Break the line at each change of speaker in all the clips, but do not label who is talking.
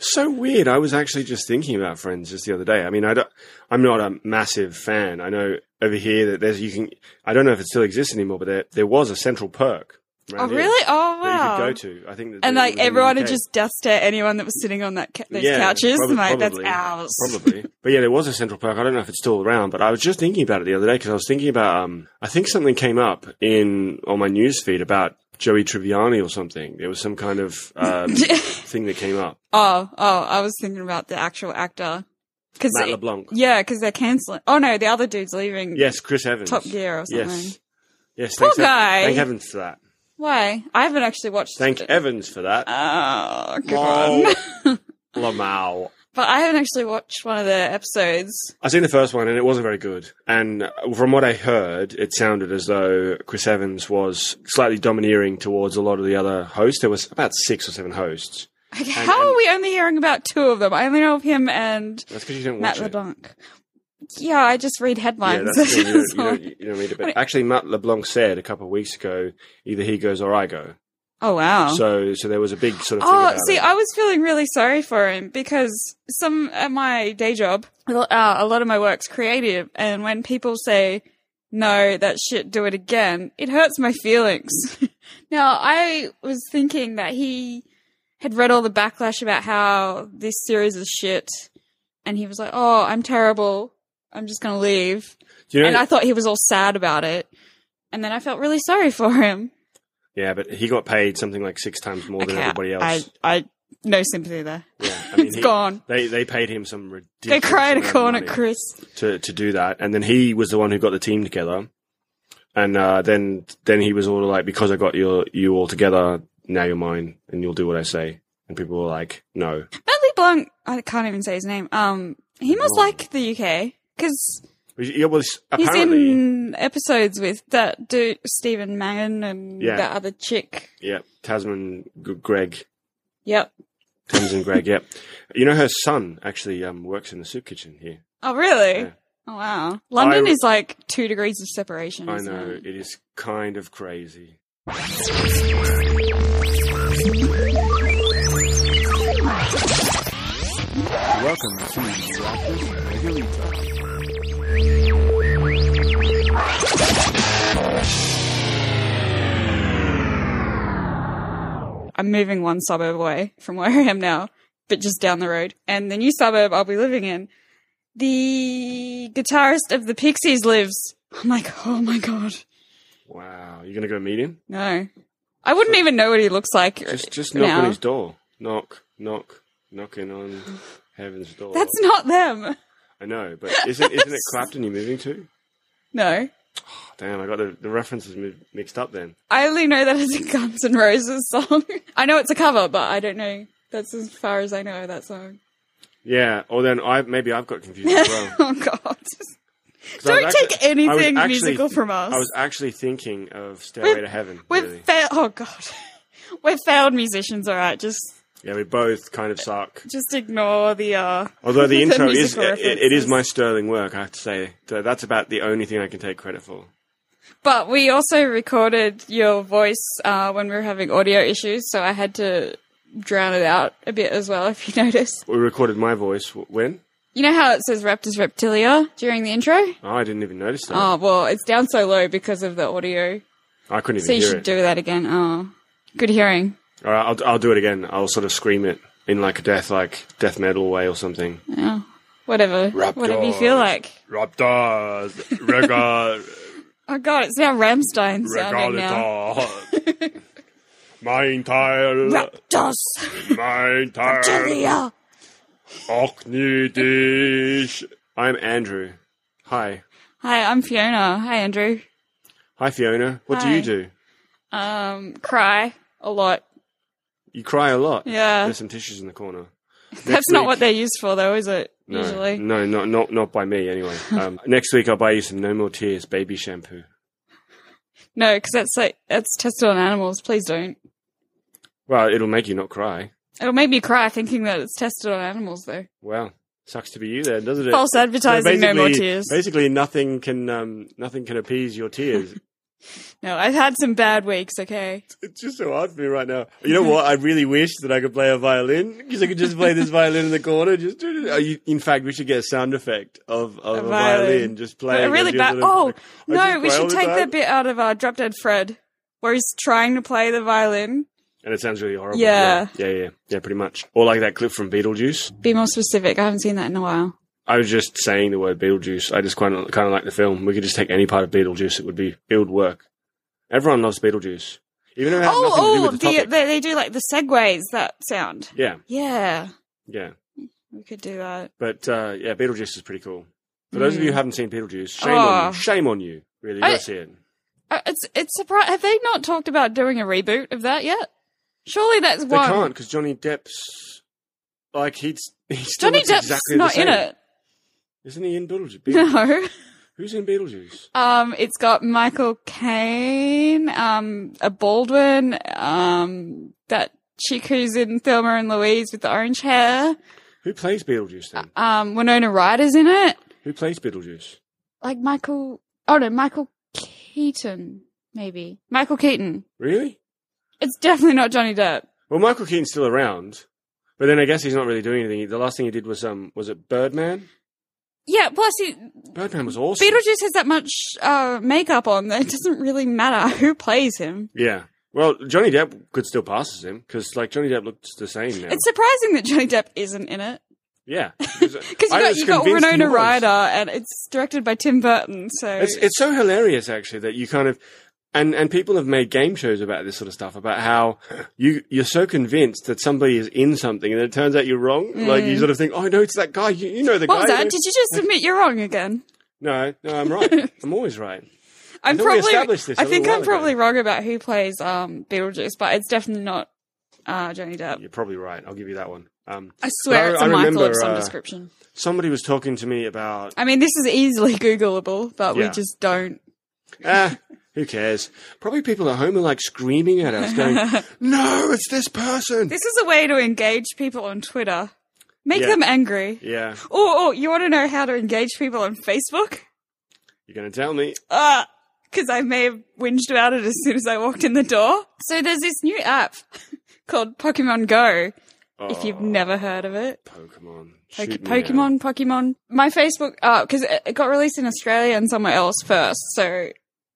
So weird. I was actually just thinking about Friends just the other day. I mean, I don't, I'm not a massive fan. I know over here that there's you can. I don't know if it still exists anymore, but there there was a central perk.
Oh,
around here
really? Oh, wow.
That you could go to. I think. That
And
that was
like
in the
everyone would
UK.
just death stare anyone that was sitting on that ca- those
Yeah,
couches.
prob-
Mate, that's
probably.
ours.
Probably. but yeah, there was a Central Park. I don't know if it's still around, but I was just thinking about it the other day because I was thinking about, um, I think something came up in, on my news feed about Joey Triviani or something. There was some kind of, um, thing that came up.
oh, oh, I was thinking about the actual actor. Cause
Matt
it-
LeBlanc.
yeah, because they're canceling. Oh no, the other dude's leaving.
Yes, Chris Evans.
Top Gear or something.
Yes. Yes.
Poor
thanks, Ev-
guy.
Thank Evans for that.
Why? I haven't actually watched.
Thank
it.
Evans for that.
Oh god.
Lol. Lamau.
But I haven't actually watched one of the episodes.
I seen the first one and it wasn't very good. And from what I heard, it sounded as though Chris Evans was slightly domineering towards a lot of the other hosts. There was about six or seven hosts.
Like, how
and-
are we only hearing about two of them? I only know of him and
That's because you don't
Matt
watch it.
LeBlanc. Yeah, I just read
Yeah,
headlines.
that's the thing, you,
That's
don't,
all.
you, don't, you don't read it. But actually, Matt LeBlanc said a couple of weeks ago, either he goes or I go.
oh wow.
So, so there was a big sort of thing
Oh,
about
see,
it.
I was feeling really sorry for him because some at my day job, a lo- uh, a lot of my work's creative, and when people say no, that shit, do it again, it hurts my feelings. now, I was thinking that he had read all the backlash about how this series is shit, and he was like, "Oh, I'm terrible. I'm just gonna leave."
Do you know,
And I thought he was all sad about it, and then I felt really sorry for him.
yeah, but he got paid something like six times more than
Okay,
everybody else.
I, I, no sympathy there.
yeah, I
it's
he-
gone.
They they paid him some
Go
ridiculous.
cry in a
amount of
corner,
money.
Chris.
to to do that, and then he was the one who got the team together, and uh, then then he was all like, "Because I got your you all together, now you're mine, and you'll do what I say." And people were like, "No,
Bentley Blanc, I can't even say his name. Um, he must
Wrong.
like the UK because
it was
he's
apparently
in episodes with that dude Stephen Mangan and
Yeah.
that other chick.
yeah Tasman G- Greg."
Yep.
Tamsin Greg, yep. You know her son actually um, works in the soup kitchen here.
Oh, really?
Yeah.
Oh, wow. London
I-
is like two degrees of separation.
I
isn't
know
it?
it is kind of crazy.
Welcome to Rockers Regulita.
I'm moving one suburb away from where I am now, but just down the road. And the new suburb I'll be living in, the guitarist of the Pixies lives. I'm like, oh my god.
Wow, you're gonna go meet him?
No. I wouldn't even know what he looks like.
Just just knock
now.
on his door. Knock, knock, knocking on heaven's door.
That's not them.
I know, but isn't isn't it Clapton you're moving to?
No.
Oh, damn, I got the, the references mi- mixed up then.
I only know that it's a Guns N' Roses song. I know it's a cover, but I don't know. That's as far as I know of that song.
Yeah, or then I maybe I've got confused as well.
oh, God.
'Cause I was
Don't
actually-
take
I was
anything
actually-
musical from us.
I was actually thinking of Stairway to Heaven.
We've
Really.
failed. Oh, God. We're failed musicians, all right. Just
Yeah, we both kind of suck.
just ignore the. uh
Although the intro is
musical
it, it is
references.
my sterling work, I have to say. So that's about the only thing I can take credit for.
But we also recorded your voice uh, when we were having audio issues, so I had to drown it out a bit as well, if you notice.
We recorded my voice w- when?
You know how it says Raptors Reptilia during the intro?
Oh, I didn't even notice that.
Oh, well, it's down so low because of the audio.
I couldn't even
So you
hear
should
it.
do that again. Oh, good hearing.
All right, I'll I'll do it again. I'll sort of scream it in like a death like death metal way or something.
Yeah. Whatever. Whatever you feel
Raptors.
like.
Raptors, regal,
Oh, God, it's now Ramstein sounding now.
regalitor. Mein Teil,
Raptors
mein Teil,
Reptilia.
ochni dich. I'm Andrew. Hi.
Hi, I'm Fiona. Hi, Andrew.
Hi, Fiona. What do
Hi.
you do?
Um, cry a lot.
You cry a lot.
Yeah.
There's some tissues in the corner.
That's not what they're used for, though, is it?
No,
Usually.
no, not not not by me anyway. Um, next week I'll buy you some No More Tears baby shampoo.
No, because that's like that's tested on animals. Please don't.
Well, it'll make you not cry.
It'll make me cry thinking that it's tested on animals, though.
Wow, sucks to be you there, doesn't it?
False
So
advertising. no more
basically-
tears.
Basically, nothing can um, nothing can appease your tears
No, I've had some bad weeks, okay?
It's just so hard for me right now. You
Mm-hmm.
know what? I really wish that I could play a violin because I could just play this violin in the corner. Just oh, you, in fact, we should get a sound effect of, of a,
A
violin.
violin.
just
But
playing.
really
as you sort
bad.
of-
Oh,
I just
no, we
play all
should
the
take
time.
that bit out of our Drop Dead Fred where he's trying to play the violin.
And it sounds really horrible.
Yeah.
yeah, yeah, yeah, yeah, pretty much. Or like that clip from Beetlejuice.
Be more specific. I haven't seen that in a while.
I was just saying the word Beetlejuice. I just quite kind of like the film. We could just take any part of Beetlejuice. It would be it would work. Everyone loves Beetlejuice, even if it has nothing to do
Oh, oh,
with the
the,
topic.
they, they do like the segues, that sound.
yeah,
Yeah,
yeah.
we could do that.
But uh, yeah, Beetlejuice is pretty cool. For those of you who
Mm.
haven't seen Beetlejuice, shame on
Oh.
you. Shame on you. Really,
I-
go see it.
Uh, it's it's surpri- Have they not talked about doing a reboot of that yet? Surely that's
They
one.
can't because Johnny Depp's like he's he's still
Johnny
looks
Depp's
exactly
not
the same.
in it.
Isn't he in Beetlejuice? Beetlejuice?
No.
Who's in Beetlejuice?
Um, it's got Michael Caine, um, a Baldwin, um, that chick who's in Thelma and Louise with the orange hair.
Who plays Beetlejuice then?
Um, Winona Ryder's in it.
Who plays Beetlejuice?
Like Michael, oh no, Michael Keaton, maybe. Michael Keaton.
Really?
It's definitely not Johnny Depp.
Well, Michael Keaton's still around, but then I guess he's not really doing anything. The last thing he did was um, was it Birdman?
Yeah, plus he,
Birdman was awesome.
Beetlejuice has that much, uh, makeup on that it doesn't really matter who plays him.
yeah. Well, Johnny Depp could still pass as him because like Johnny Depp looks the same now.
It's surprising that Johnny Depp isn't in it.
yeah,
Because you got, you got Winona Ryder, and it's directed by Tim Burton. So
It's it's so hilarious actually that you kind of and and people have made game shows about this sort of stuff about how you you're so convinced that somebody is in something and it turns out you're wrong. Like you sort of think, oh no, it's that guy. You, you know the
Mm. what
guy.
was
you
that?
know."
Did you just admit you're wrong again?
No, no, I'm right. I'm always right.
I'm
thought we established this a
I think
little
I'm
while ago.
probably wrong about who plays um, Beetlejuice, but it's definitely not uh, Johnny Depp.
You're probably right. I'll give you that one. Um,
I swear
I-
it's a
I
Michael
remember,
of some
uh,
description.
somebody was talking to me about
I mean, this is easily Googleable, but we
Yeah.
just don't.
ah, who cares? Probably people at home are like screaming at us, going, "No, it's this person."
This is a way to engage people on Twitter. Make
Yeah.
them angry.
yeah,
Oh, oh, you want to know how to engage people on Facebook?
you're gonna tell me.
Ah, because I may have whinged about it as soon as I walked in the door. So there's this new app called Pokemon Go. If you've
Oh,
never heard of it,
Pokemon,
Poke-
Shoot me out.
Pokemon, Pokemon. My Facebook, because it it got released in Australia and somewhere else first, so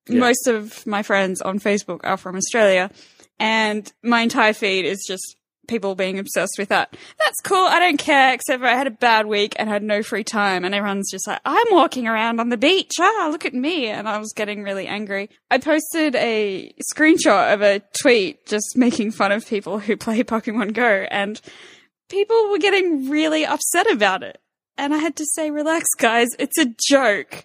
Yeah.
most of my friends on Facebook are from Australia, and my entire feed is just people being obsessed with that. That's cool. I don't care, except for I had a bad week and had no free time, and everyone's just like, I'm walking around on the beach. Ah, look at me. And I was getting really angry. I posted a screenshot of a tweet just making fun of people who play Pokemon Go, and people were getting really upset about it. And I had to say, relax, guys, it's a joke.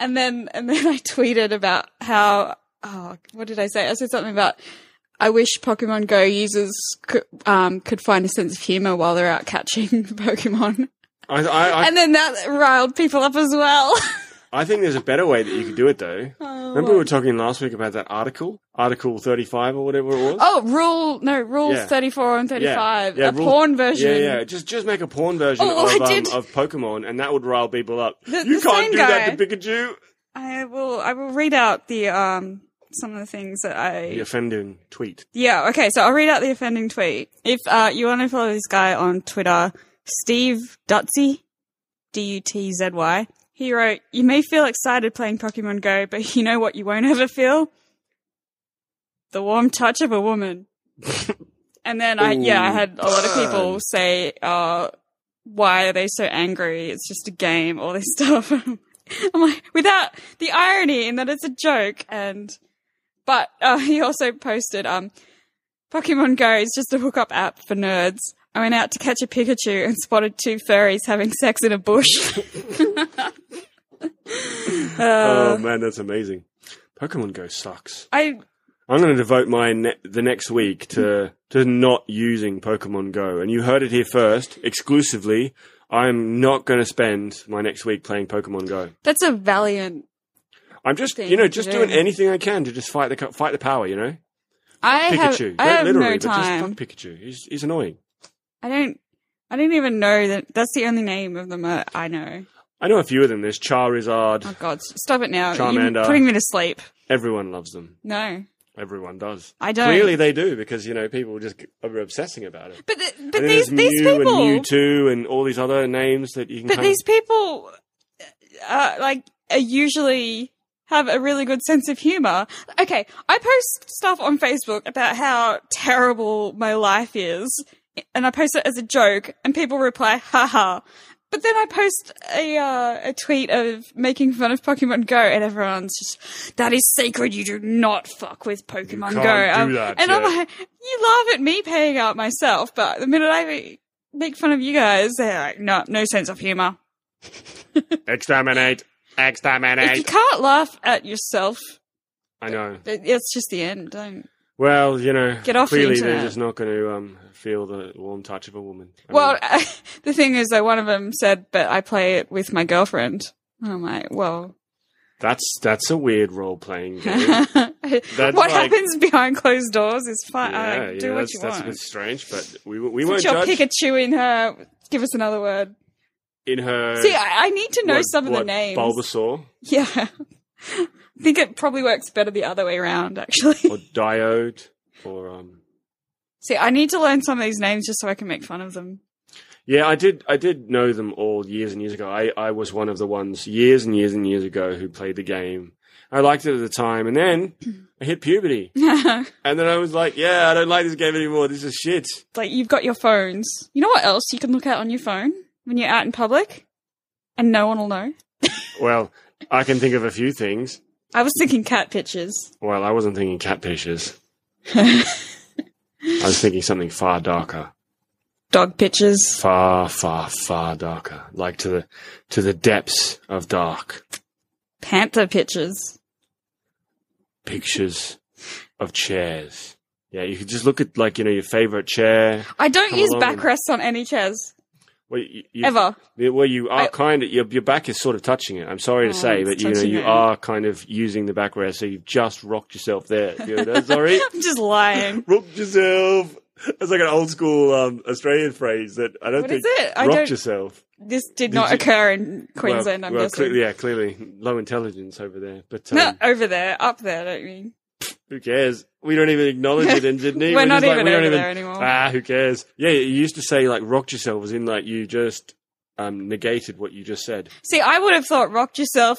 And then, and then I tweeted about how, oh, what did I say? I said something about, I wish Pokemon Go users could, um, could find a sense of humor while they're out catching the Pokemon.
I, I, I,
And then that riled people up as well.
I think there's a better way that you could do it though.
Oh,
Remember we were talking last week about that article, Article 35 or whatever it was.
oh, rule, no, rules
Yeah.
34 and 35,
Yeah,
a
rule-
porn
yeah,
version.
yeah. Just just make a porn version
Oh,
of,
I
um,
did-
of Pokemon, and that would rile people up.
The-
you
the
can't
same
do that to
guy-
Pikachu.
I will, I will read out the, um, some of the things that I
The offending tweet.
Yeah, okay, so I'll read out the offending tweet. If uh, you want to follow this guy on Twitter, Steve Dutsy, D U T Z Y, he wrote, You may feel excited playing Pokemon Go, but you know what you won't ever feel? The warm touch of a woman. and then I, yeah, I
Ooh,
had a lot of people
burn.
say, uh, Why are they so angry? It's just a game, all this stuff. I'm like, without the irony in that it's a joke and but uh, he also posted, um, Pokemon Go is just a hookup app for nerds. I went out to catch a Pikachu and spotted two furries having sex in a bush.
oh
uh,
man, that's amazing. Pokemon Go sucks.
I
I'm going to devote my ne- the next week to to not using Pokemon Go, and you heard it here first, exclusively. I'm not going to spend my next week playing Pokemon Go.
that's a valiant.
I'm just,
Thing
you know,
to
just
do.
doing anything I can to just fight the co- fight the power. You know,
I
Pikachu.
have I
Don't
have
literally,
no
but just
time.
fuck Pikachu. He's he's annoying.
uh, I don't. I don't even know that. That's the only name of them I I know.
I know a few of them. There's Charizard.
Oh God, s- stop it now!
Charmander.
You're putting me to sleep.
Everyone loves them.
No,
Everyone does.
I don't.
Clearly they do because you know people just are obsessing about it.
But th- but
and then
these
there's
these
Mew
people.
and Mewtwo and all these other names that you can.
But
kind of-
these people, uh, like, are usually have a really good sense of humor. Okay, I post stuff on Facebook about how terrible my life is, and I post it as a joke, and people reply, haha. But then I post a uh, a tweet of making fun of Pokemon Go, and everyone's just, that is sacred. You do not fuck with
can't
Pokemon Go.
do
Um,
that,
and I'm
yeah.
like, you laugh at me paying out myself, but the minute I make fun of you guys, they're like, no, no sense of humor.
exterminate,
If you
exterminate.
can't laugh at yourself,
I know.
it- it's just the end. Don't.
Well, you know,
Get off the
clearly they're
internet.
just not going to um, feel the warm touch of a woman. I
Well,
mean,
the thing is, though, one of them said, but I play it with my girlfriend. And I'm like, well,
that's that's a weird role playing game.
what
like-
happens behind closed doors is fine.
yeah,
Like,
yeah,
do what
that's,
you
that's a
want.
bit strange, but we we
Put
won't
your
judge
Pikachu in her. Give us another word.
in her.
See, I, I need to know
what-
some of the
what,
names.
Bulbasaur
Yeah. I think it probably works better the other way around, actually.
or Diode or um.
See, I need to learn some of these names just so I can make fun of them.
Yeah, I did. I did know them all years and years ago. I, I was one of the ones years and years and years ago who played the game. I liked it at the time, and then I hit puberty,
like,
and then I was like, "Yeah, I don't like this game anymore. This is shit."
you've got your phones. You know what else you can look at on your phone when you're out in public? And no one will know.
Well, I can think of a few things.
I was thinking cat pictures.
Well, I wasn't thinking cat pictures.
Dog
I was thinking something far darker,
pictures.
far, far, far darker, like to the to the depths of dark.
Panther pictures.
Pictures of chairs. Yeah, you could just look at like you know your favorite chair.
I don't
Come
use
along and-
backrests on any chairs.
Well, you, you,
Ever.
Yeah, Well, you are
I-
kind of your, your back is sort of touching it. I'm sorry to
Oh,
say,
it's
but you know
touching
you
it.
are kind of using the backrest, so you've just rocked yourself there. You know, sorry,
I'm just lying.
rocked yourself. That's like an old school um, Australian phrase that I don't
What
think
is it? I
rocked
don't-
yourself.
This did not
you-
occur in Queensland,
well,
I'm
well,
guessing.
cle- yeah, clearly low intelligence over there, but um,
No, over there, up there, don't mean.
who cares? We don't even acknowledge it in Sydney.
We're not
just like,
even
we don't
over
even-
there anymore.
Ah, who cares? Yeah, you used to say like rocked yourself was in like you just um, negated what you just said.
See, I would have thought rocked yourself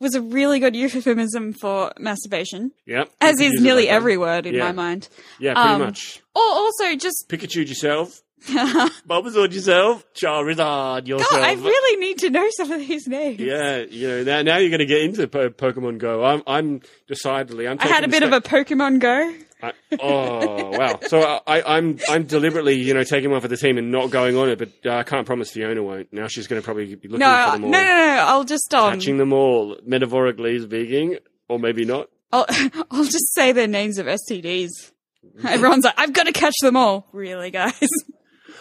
was a really good euphemism for masturbation,
Yep,
as
You could
is
use it
nearly
like that.
every word in
Yeah.
my mind.
Yeah, pretty
um,
much.
Or also just,
Pikachu yourself,
God,
Bulbasaur yourself, Charizard yourself.
oh, I really need to know some of these names.
yeah, you know now, now you're going to get into po- Pokemon Go. I'm I'm decidedly I'm.
I had a bit of a Pokemon Go.
I, oh wow! So I, I, I'm I'm deliberately you know taking one for the team and not going on it, but uh, I can't promise Fiona won't. Now she's going to probably be looking
No,
for
no,
them
no,
all,
no, I'll just um,
catching them all, metaphorically speaking, or maybe not.
I'll, I'll just say their names of STDs. Everyone's like, I've got to catch them all. Really, guys?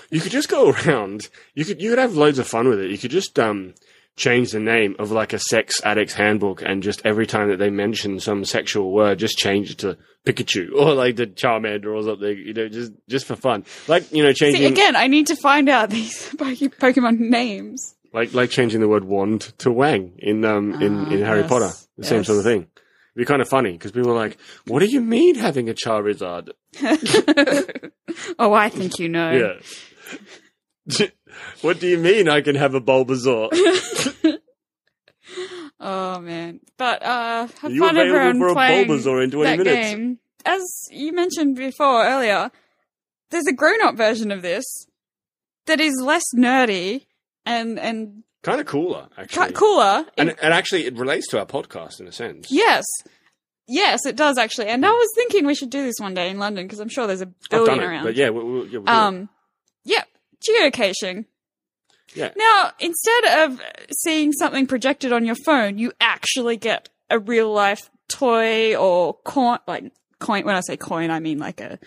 You could just go around. You could you could have loads of fun with it. You could just um change the name of like a sex addict's handbook and just every time that they mention some sexual word, just change it to Pikachu or like the Charmander or something. You know, just just for fun. Like you know, changing
See, again, I need to find out these Poke- Pokemon names.
like like changing the word wand to Wang in um in,
Ah,
in Harry
yes,
Potter. The same sort of
yes.
thing. It'd be kind of funny because people are like, "What do you mean having a Charizard?"
oh, I think you know.
Yeah. what do you mean I can have a Bulbasaur?
Oh man! But uh, have
Are you
fun everyone
available for a
playing
Bulbasaur in 20
that
minutes?
game. As you mentioned before earlier, there's a grown-up version of this that is less nerdy and and
Kind of cooler,
ca-
actually.
cooler.
And, and actually, it relates to our podcast in a sense.
yes, yes, it does actually. And I was thinking we should do this one day in London because I'm sure there's a
I've
billion
done it,
around.
but yeah, we, we, yeah, we'll do it.
Um, yeah, geocaching.
Yeah.
Now, instead of seeing something projected on your phone, you actually get a real life toy or coin, like coin. When I say coin, I mean like a,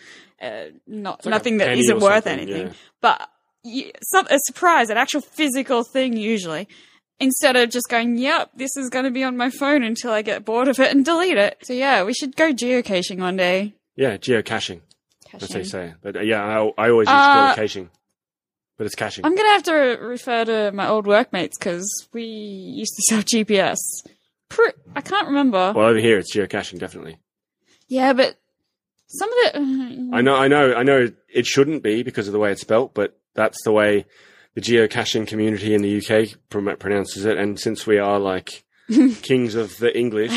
a not
It's like a
nothing that
penny
isn't
or
worth
something,
anything,
yeah.
but you, some, a surprise, an actual physical thing usually. Instead of just going, yep, this is going to be on my phone until I get bored of it and delete it. So yeah, we should go geocaching one day.
yeah, geocaching. That's what they
Caching.
say. But uh, yeah, I, I always use
Uh,
geocaching. but it's caching.
I'm going to have to re- refer to my old workmates because we used to sell GPS. Pr- I can't remember.
well, over here it's geocaching, definitely.
Yeah, but some of the.
I know, I know, I know. It shouldn't be because of the way it's spelt, but that's the way the geocaching community in the UK prom- pronounces it. And since we are like kings of the English,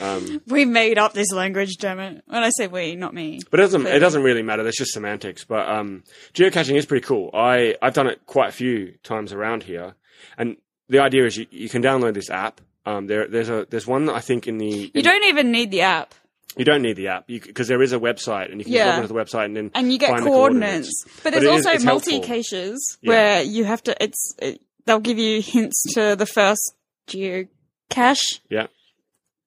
um,
we made up this language, damn it. When I say we, not me.
but it doesn't it doesn't really matter. That's just semantics. But um, geocaching is pretty cool. I I've done it quite a few times around here, and the idea is you, you can download this app. Um, there there's a there's one that I think in the
You
in-
don't even need the app.
you don't need the app because there is a website and you can just
Yeah.
log onto the website and then
And you get
find the
coordinates. But there's
it is-
also
it's helpful.
multi caches
Yeah.
where you have to. It's it, They'll give you hints to the first geocache.
Yeah.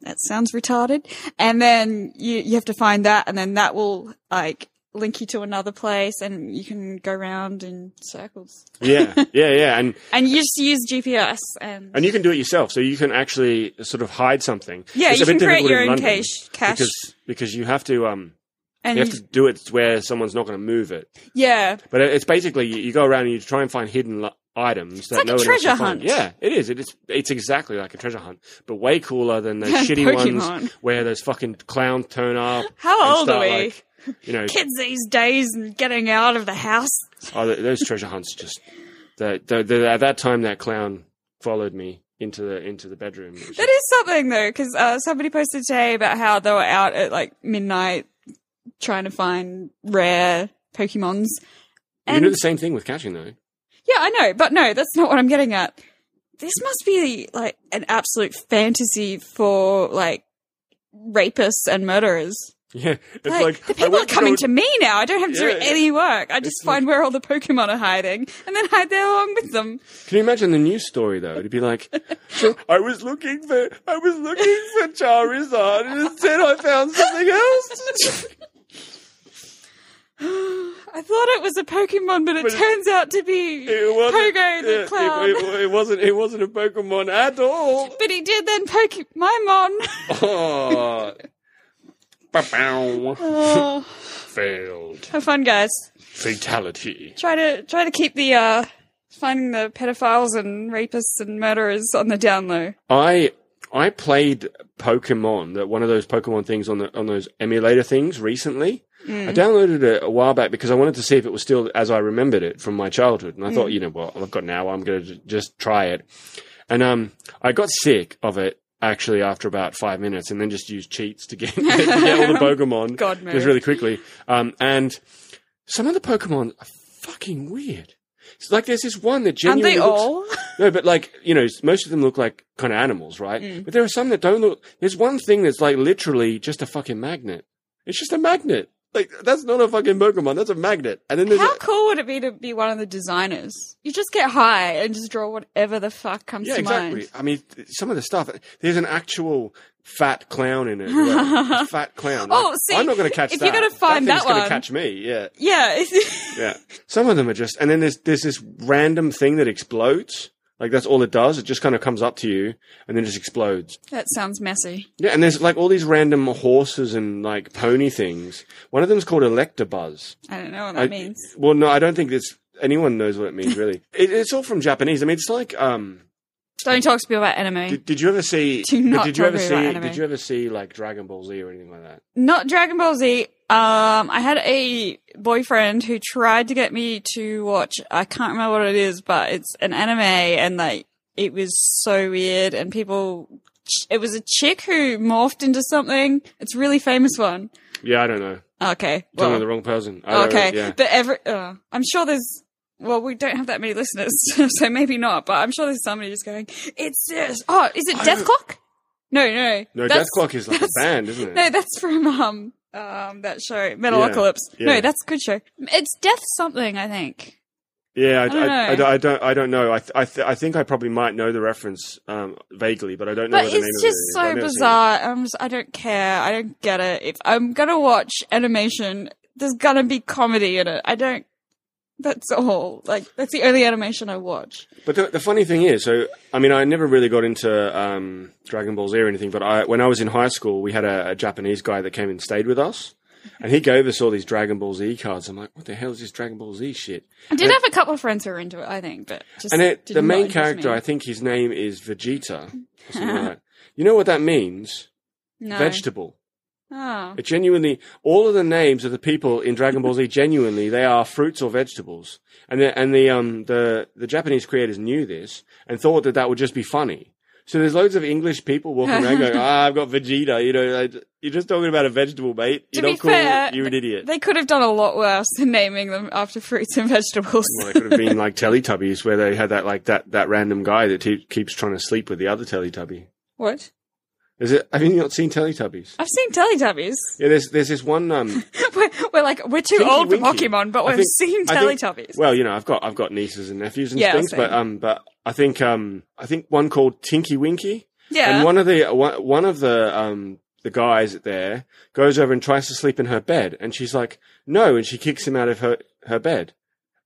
That sounds retarded. And then you, you have to find that, and then that will, like, link you to another place, and you can go round in circles.
yeah, yeah, yeah, and
And you just use GPS and.
And you can do it yourself, so you can actually sort of hide something.
yeah,
It's
you
a bit
can create
difficult
your
in
own
London
cache, cache
because because you have to um
and
you have
you-
to do it where someone's not going to move it.
yeah,
But it- it's basically you, you go around and you try and find hidden li- items that
like
no
a
one else
treasure
can find.
hunt.
Yeah, it is. It is. It's exactly like a treasure hunt, but way cooler than those
And
shitty ones
Pokemon.
where those fucking clowns turn up. and
How old are
start,
we?
like, you know,
Kids these days and getting out of the house.
oh, th- those treasure hunts just. The, the, the, at that time, that clown followed me into the into the bedroom. It was
That is something though, because uh, somebody posted today about how they were out at like midnight trying to find rare Pokemons.
you do
And
the same thing with catching though.
yeah, I know, but no, that's not what I'm getting at. This must be like an absolute fantasy for like rapists and murderers.
Yeah, it's
Like,
like I
the people are
went to
coming
go-
to me now. I don't have to
Yeah,
do
yeah.
any work. I
It's
just
like-
find where all the Pokemon are hiding and then hide there along with them.
Can you imagine the news story though? It'd be like, so I was looking for, I was looking for Charizard, and instead I found something else.
I thought it was a Pokemon, but it
But it-
turns out to be
It wasn't,
Pogo the
yeah, it-
clown.
It, it wasn't. It wasn't a Pokemon at all.
but he did then poke my mon.
Oh. Ba-bow.
Oh,
Failed.
have fun, guys.
Fatality.
Try to try to keep the uh, finding the pedophiles and rapists and murderers on the down low.
I I played Pokemon, that one of those Pokemon things on the on those emulator things recently.
Mm.
I downloaded it a while back because I wanted to see if it was still as I remembered it from my childhood, and I
Mm.
thought, you know what, I've got now, I'm going to just try it. And um, I got sick of it actually after about five minutes, and then just used cheats to get, to get all the Pokemon
God, Mary.
just really quickly. Um, and some of the Pokemon are fucking weird. It's like there's this one that
Aren't
genuinely
they
looks-
all?
no, but like, you know, most of them look like kind of animals, right?
Mm.
But there are some that don't look. There's one thing that's like literally just a fucking magnet. It's just a magnet. Like, that's not a fucking Pokemon. That's a magnet. And then there's
How
a,
cool would it be to be one of the designers? You just get high and just draw whatever the fuck comes
yeah,
to
exactly.
mind.
I mean, th- some of the stuff. There's an actual fat clown in it. as well. A fat clown.
Oh,
Like,
see,
I'm not going to catch
if
that.
you're gonna find
that, thing's
that
gonna
one-
catch me. Yeah,
Yeah,
yeah. Some of them are just. And then there's there's this random thing that explodes. Like that's all it does. It just kind of comes up to you and then just explodes.
that sounds messy.
Yeah, and there's like all these random horses and like pony things. One of them's called Electabuzz.
I don't know what that
I-
means.
Well, no, I don't think it's anyone knows what it means really. it, it's all from Japanese. I mean, it's like um.
Don't talk to me about anime.
Did, did you ever see?
Do
but
not
did you ever
talk
see?
about anime.
Did you ever see like Dragon Ball Z or anything like that?
not Dragon Ball Z. Um, I had a boyfriend who tried to get me to watch. I can't remember what it is, but it's an anime, and like it was so weird. And people, it was a chick who morphed into something. It's a really famous one.
Yeah, I don't know.
Okay,
Talking
well,
to the wrong person. I don't-
okay,
Yeah.
but every, uh, I'm sure there's. Well, we don't have that many listeners, so maybe not. But I'm sure there's somebody just going, "It's this." Oh, is it Death Clock? No, no,
No,
that's-
Death Clock is like a
that's-
band, isn't it?
no, that's from um um that show Metalocalypse.
yeah.
No, that's a good show. It's Death something, I think.
yeah, I,
don't
I, I
know.
don't- I don't. I don't know. I th- I, th- I think I probably might know the reference um, vaguely, but I don't know
But
what the name
it's
of it
just
is. I've
so
never seen it.
bizarre. I'm just, I don't care. I don't get it. If I'm gonna watch animation, there's gonna be comedy in it. I don't. That's all. Like that's the only animation I watch.
But the, the funny thing is, so I mean, I never really got into um, Dragon Ball Z or anything. But I, when I was in high school, we had a, a Japanese guy that came and stayed with us, And he gave us all these Dragon Ball Z cards. I'm like, what the hell is this Dragon Ball Z shit?
I did
And-
have a couple of friends who were into it, I think, but just
And it,
did
the
not
main
interest
character,
me.
I think his name is Vegeta. Or something like that. You know what that means?
no.
Vegetable.
Oh.
It genuinely, all of the names of the people in Dragon Ball Z, genuinely, they are fruits or vegetables. And the, and the, um, the, the Japanese creators knew this and thought that that would just be funny. So there's loads of English people walking around going, ah, I've got Vegeta. You know, like, you're just talking about a vegetable, mate.
To
You're
be
not cool.
fair,
You're an idiot.
They could have done a lot worse than naming them after fruits and vegetables.
Well, it could have been like Teletubbies, where they had that like that that random guy that te- keeps trying to sleep with the other Teletubby.
what?
Is it? Have you not seen Teletubbies?
I've seen Teletubbies.
Yeah, there's there's this one. Um,
we're, we're like we're too
Tinky
old for
Winky.
Pokemon, but
I
we've
think-
seen
I think-
Teletubbies.
well, you know, I've got I've got nieces and nephews and
Yeah,
things,
same.
but um, but I think um, I think one called Tinky Winky,
yeah.
and one of the one, one of the um the guys there goes over and tries to sleep in her bed, and she's like, no, and she kicks him out of her her bed,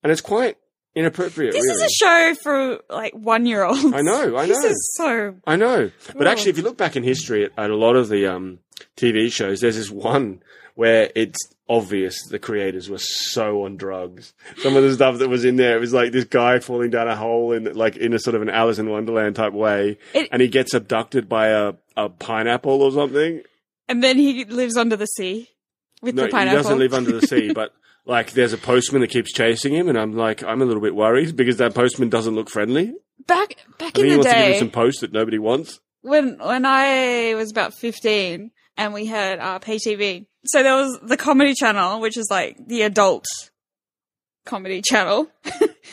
and it's quite inappropriate.
this
really.
is a show for like one year olds.
I know, I
This
know.
is so
I know, but
Ooh.
actually, if you look back in history at, at a lot of the um, TV shows, there's this one where it's obvious the creators were so on drugs. Some of the stuff that was in there, it was like this guy falling down a hole in like in a sort of an Alice in Wonderland type way,
It-
and he gets abducted by a, a pineapple or something.
And then he lives under the sea with
No,
the
he
pineapple.
doesn't live under the sea, but. Like there's a postman that keeps chasing him, and I'm like, I'm a little bit worried because that postman doesn't look friendly.
back back
I think
in
he
the
wants to give him
day
some posts that nobody wants.
when when I was about fifteen and we had uh, PTV. So there was the comedy channel, which is like the adult comedy channel.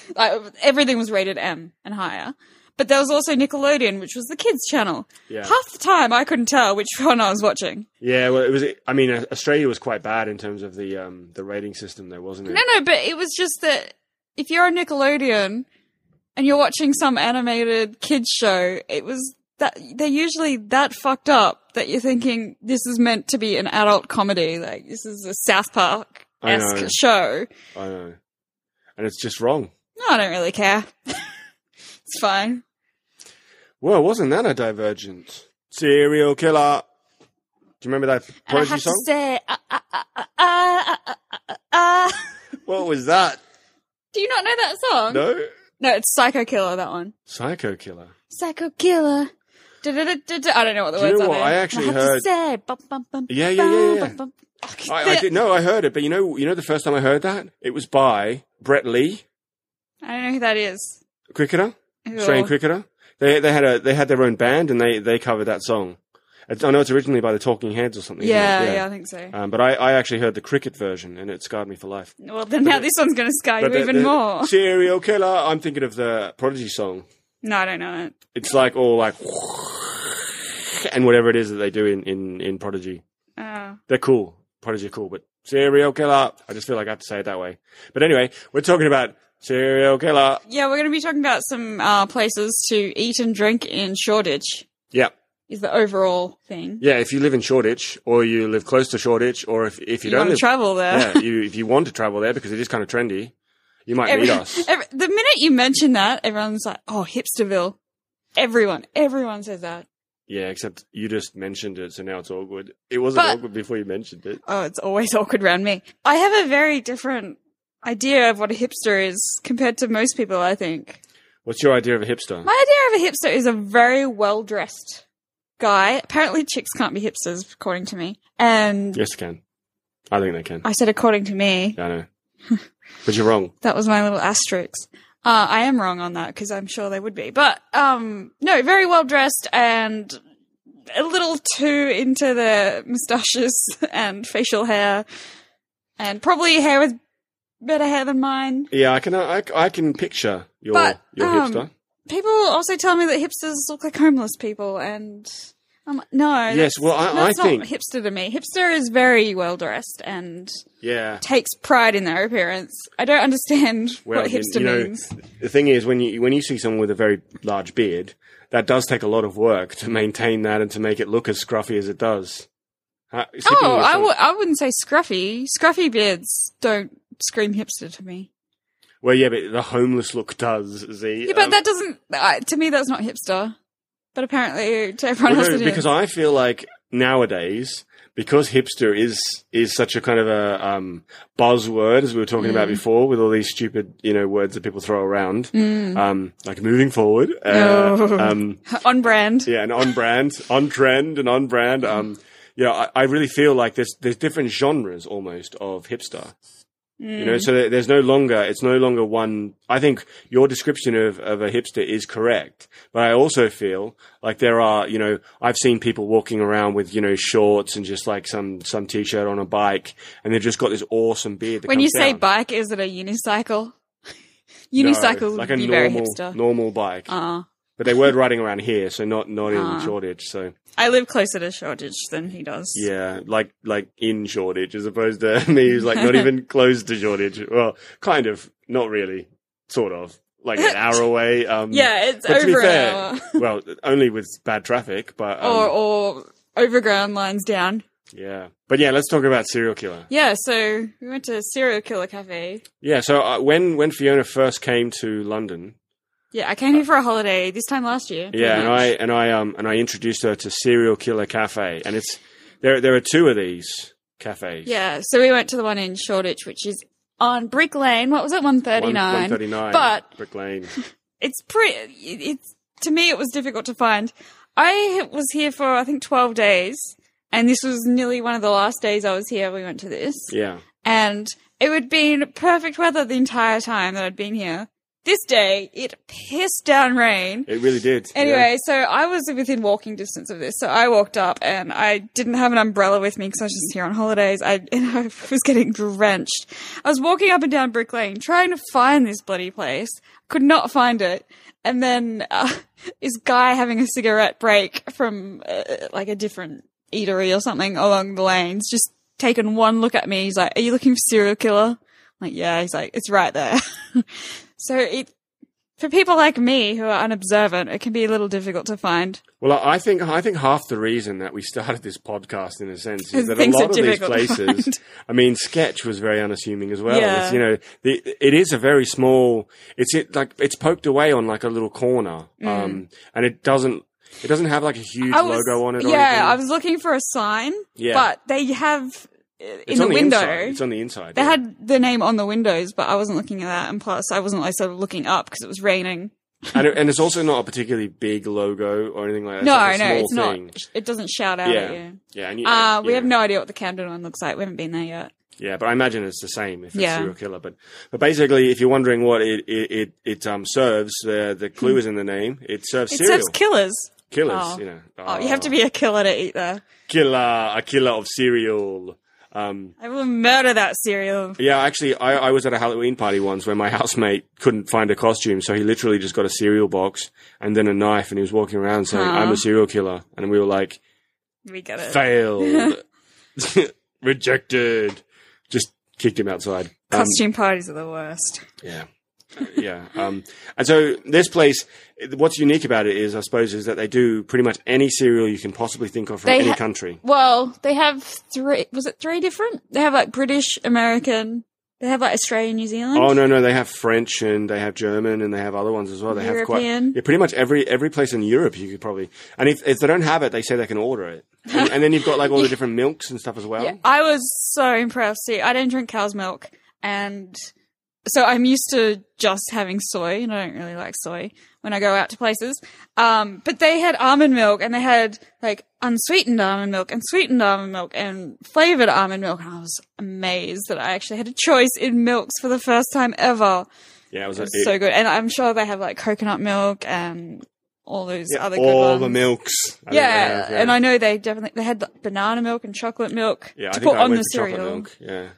like everything was rated M and higher. But there was also Nickelodeon, which was the kids' channel.
Yeah.
Half the time, I couldn't tell which one I was watching.
Yeah, well, it was. I mean, Australia was quite bad in terms of the um, the rating system, there wasn't it?
No, no, but it was just that if you're on Nickelodeon and you're watching some animated kids show, it was that they're usually that fucked up that you're thinking this is meant to be an adult comedy, like this is a South Park
I
esque
know.
show.
I know, and it's just wrong.
No, I don't really care. it's fine.
Well, wasn't that a divergent serial killer? Do you remember that
And I
Prodigy
have
song?
to say, uh, uh, uh, uh, uh, uh, uh, uh, uh.
what was that?
do you not know that song?
No,
no, it's Psycho Killer. That one.
Psycho Killer.
Psycho killer. Du-du-du-du-du. I don't know what the
Do you
words
know
are.
what?
there.
I actually
have to
heard-
say, bum, bum, bum,
Yeah, yeah, yeah, yeah.
bum, bum, bum.
I,
Oh,
I
the-
did no, I heard it, but you know, you know, the first time I heard that, it was by Brett Lee,
I don't know who that is.
cricketer,
Who-
Australian cricketer. They they had a they had their own band, and they they covered that song. It's- I know it's originally by the Talking Heads or something. isn't it?
Yeah, yeah, I think so.
Um, but I, I actually heard the cricket version, and it scarred me for life.
well, then now
the-
this one's going to scar you
But the-
even
the
more.
Serial killer. I'm thinking of the Prodigy song.
No, I don't know it.
It's like all like and whatever it is that they do in in in Prodigy.
Oh.
They're cool. Prodigy are cool, but serial killer. I just feel like I have to say it that way. But anyway, we're talking about serial killer.
Yeah, we're going to be talking about some uh, places to eat and drink in Shoreditch.
Yeah,
Is the overall thing.
yeah. If you live in Shoreditch, or you live close to Shoreditch, or if if you,
you
don't
want to
live,
travel there.
yeah, you, if you want to travel there because it is kind of trendy, you might
Every-
meet us.
every- the minute you mention that, everyone's like, "Oh, hipsterville." Everyone, everyone says that.
Yeah, except you just mentioned it, so now it's awkward. It wasn't
But-
awkward before you mentioned it.
Oh, it's always awkward around me. I have a very different idea of what a hipster is compared to most people, I think.
What's your idea of a hipster?
My idea of a hipster is a very well dressed guy. Apparently, chicks can't be hipsters, according to me. And
yes, I can. I think they can.
I said, according to me,
Yeah, I know. but you're wrong.
that was my little asterisk. Uh, I am wrong on that because I'm sure they would be. But um, no, very well dressed and a little too into the moustaches and facial hair, and probably hair with better hair than mine.
Yeah, I can. I, I can picture your
But,
your
um,
hipster.
people also tell me that hipsters look like homeless people, and I'm like, no.
Yes,
that's-
well, I-
that's
I
not
think-
hipster to me. Hipster is very well dressed and
Yeah.
takes pride in their appearance. I don't understand
Well,
what
you-
hipster
you know-
means.
The thing is, when you when you see someone with a very large beard, that does take a lot of work to maintain that and to make it look as scruffy as it does. Uh, sleeping
Oh,
with
I
someone-
w- I wouldn't say scruffy. Scruffy beards don't scream hipster to me.
Well, yeah, but the homeless look does. See,
Yeah, but
Um,
that doesn't. I to me, that's not hipster. But apparently, to everyone
Well,
else,
no,
it is.
because I feel like nowadays because hipster is is such a kind of a um, buzzword as we were talking about before, with all these stupid you know words that people throw around, um, like moving forward, uh,
Oh.
um,
On brand.
yeah, and on brand, on trend, and on brand. Um, yeah, I, I really feel like there's there's different genres almost of hipster.
Mm.
You know, so there- there's no longer it's no longer one. I think your description of of a hipster is correct, but I also feel like there are you know I've seen people walking around with you know shorts and just like some some t-shirt on a bike, and they've just got this awesome beard. That
When you
comes
say
down.
bike, is it a unicycle?
No,
unicycle would
like a
be very
normal
hipster.
normal bike,
uh,
but they were riding around here, so not not in
Ah.
Shoreditch. So
I live closer to Shoreditch than he does.
Yeah, like like in Shoreditch, as opposed to me who's like not even close to Shoreditch. Well, kind of, not really, sort of, like an hour away. Um,
Yeah, it's
but to be
over an
fair-
hour.
Well, only with bad traffic, but um,
or, or overground lines down.
yeah, but yeah, let's talk about serial killer.
Yeah, so we went to Serial Killer Cafe.
Yeah, so uh, when when Fiona first came to London,
Yeah, I came here for a holiday this time last year.
yeah, and I and I um and I introduced her to Serial Killer Cafe, and it's there. There are two of these cafes.
Yeah, so we went to the one in Shoreditch, which is on Brick Lane. What was it, 139?
Thirty nine.
But-
Brick Lane.
it's pretty. It's to me, it was difficult to find. I was here for I think twelve days, and this was nearly one of the last days I was here. We went to this,
Yeah.
and it had been perfect weather the entire time that I'd been here. This day, it pissed down rain.
It really did. yeah.
Anyway, so I was within walking distance of this, so I walked up and I didn't have an umbrella with me because I was just here on holidays. I, and I was getting drenched. I was walking up and down Brick Lane trying to find this bloody place, could not find it. And then uh, this guy having a cigarette break from uh, like a different eatery or something along the lanes, just taken one look at me. He's like, "Are you looking for serial killer?" I'm like, "Yeah." He's like, "It's right there." so it for people like me who are unobservant, it can be a little difficult to find.
Well, I I think I think half the reason that we started this podcast, in a sense, is
Is
that a
things are
lot of these
difficult to
places.
find.
I mean, sketch was very unassuming as well.
Yeah.
It's, you know, the, it is a very small. It's it like it's poked away on like a little corner, um, and it doesn't. It doesn't have like a huge
Mm. I was-
logo on it. Or
yeah, I
anything.
was looking for a sign,
Yeah.
but they have uh, in
It's
the,
on
window.
Inside. It's on the inside.
they
yeah.
had the name on the windows, but I wasn't looking at that, and plus I wasn't like sort of looking up because it was raining.
and, it- and it's also not a particularly big logo or anything like that. It's
no,
like a
no,
small
it's
thing.
not. It doesn't shout out
Yeah,
at you.
yeah. And you,
Uh, we
yeah.
have no idea what the Camden one looks like. We haven't been there yet.
Yeah, but I imagine it's the same if it's
Yeah.
serial killer. But but basically, if you're wondering what it it it, it um serves, the the clue is in the name. It serves
It
serial
serves killers.
killers.
oh.
You know, Ah,
Oh, you have to be a killer to eat there.
killer, a killer of cereal. Um,
I will murder that cereal.
yeah, actually, I, I was at a Halloween party once where my housemate couldn't find a costume, so he literally just got a cereal box and then a knife, and he was walking around saying,
Huh.
"I'm a serial killer," and we were like,
We get it.
um, "Failed, rejected," just kicked him outside. Um,
Costume parties are the worst.
Yeah. yeah. Um, and so this place, what's unique about it is, I suppose, is that they do pretty much any cereal you can possibly think of from
They
any
ha-
country.
Well, they have three. Was it three different? They have like British, American. They have like Australian, New Zealand.
Oh no, no, they have French and they have German and they have other ones as well. They have
European.
quite yeah, pretty much every every place in Europe you could probably. And if, if they don't have it, they say they can order it. And, and then you've got like all the different milks and stuff as well.
Yeah, I was so impressed. See, I don't drink cow's milk, and so I'm used to just having soy, and I don't really like soy when I go out to places. Um, but they had almond milk, and they had like unsweetened almond milk, and sweetened almond milk, and flavored almond milk, and I was amazed that I actually had a choice in milks for the first time ever.
Yeah, it was,
It's
it-
so good. And I'm sure they have like coconut milk and all those
yeah,
other good
all
ones.
the milks. I think
Yeah,
they have,
and I know they definitely they had the banana milk and chocolate milk
yeah, I
to
think
put
I
on
went
the
for chocolate
cereal.
milk. Yeah.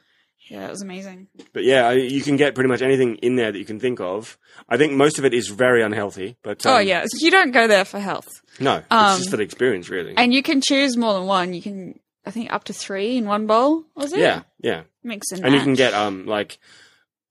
Yeah, it was amazing.
But yeah, I- you can get pretty much anything in there that you can think of. I think most of it is very unhealthy, but um,
oh yeah, so you don't go there for health,
no, it's
Um,
just for the experience, really.
and you can choose more than one. You can, I think, up to three in one bowl. Was it?
yeah, yeah,
mix and
and you
match.
can get um like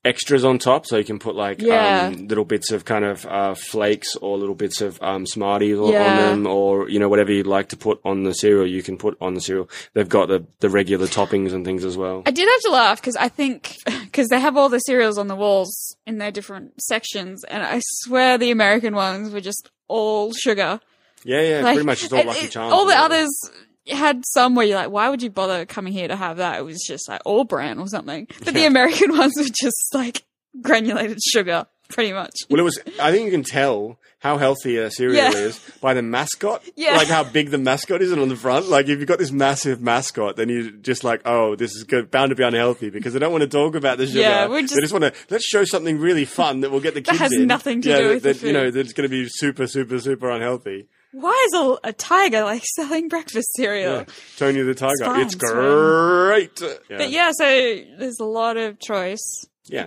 extras on top, so you can put like
Yeah.
um, little bits of kind of uh, flakes or little bits of um, Smarties or, on
Yeah.
them, or you know whatever you like to put on the cereal, you can put on the cereal. They've got the the regular toppings and things as well.
I did have to laugh because I think because they have all the cereals on the walls in their different sections, and I swear the American ones were just all sugar.
yeah, yeah,
Like,
pretty much it's all
it-
Lucky
it-
Charms.
All
and
the
whatever.
others had some where you're like, why would you bother coming here to have that? It was just like all bran or something. But the
Yeah.
American ones were just like granulated sugar, pretty much.
Well, it was. I think you can tell how healthy a cereal
Yeah.
is by the mascot.
Yeah.
Like how big the mascot is on the front. Like if you've got this massive mascot, then you're just like, oh, this is good, bound to be unhealthy because they don't want to talk about the sugar.
Yeah, we're
they
just-
just want to let's show something really fun that will get the
That
kids.
has
in.
nothing to
yeah,
do with the
that, You know,
food.
that's going to be super, super, super unhealthy.
Why is a, a tiger like selling breakfast cereal?
Yeah. Tony the Tiger. It's,
fine, it's
great. Yeah.
But yeah, so there's a lot of choice.
Yeah.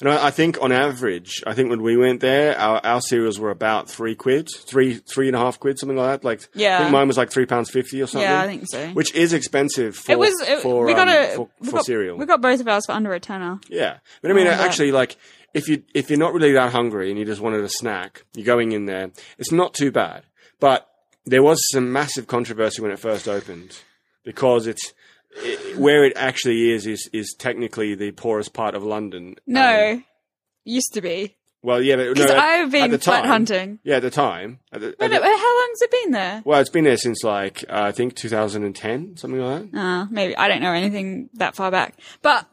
And I, I think on average, I think when we went there, our, our cereals were about three quid, three, three and a half quid, something like that. Like, I
Yeah.
think mine was like three pounds fifty or something.
Yeah, I think so.
which is expensive for
it was it,
for,
we
um,
got a
for,
we
for
got,
cereal. Um,
We got both of ours for under a tenner.
yeah, but I mean,
Oh, yeah.
actually, like if you if you're not really that hungry and you just wanted a snack, you're going in there. It's not too bad, but there was some massive controversy when it first opened because it's. It, where it actually is is is technically the poorest part of London.
No,
Um,
used to be
well, yeah, but no,
because
at-
I've
at
been
the
flat
time-
hunting.
Yeah, at the time. At the, at
But
the-
uh, how long's it been there?
well, it's been there since like uh, I think 2010, something like that.
Uh, maybe I don't know anything that far back. But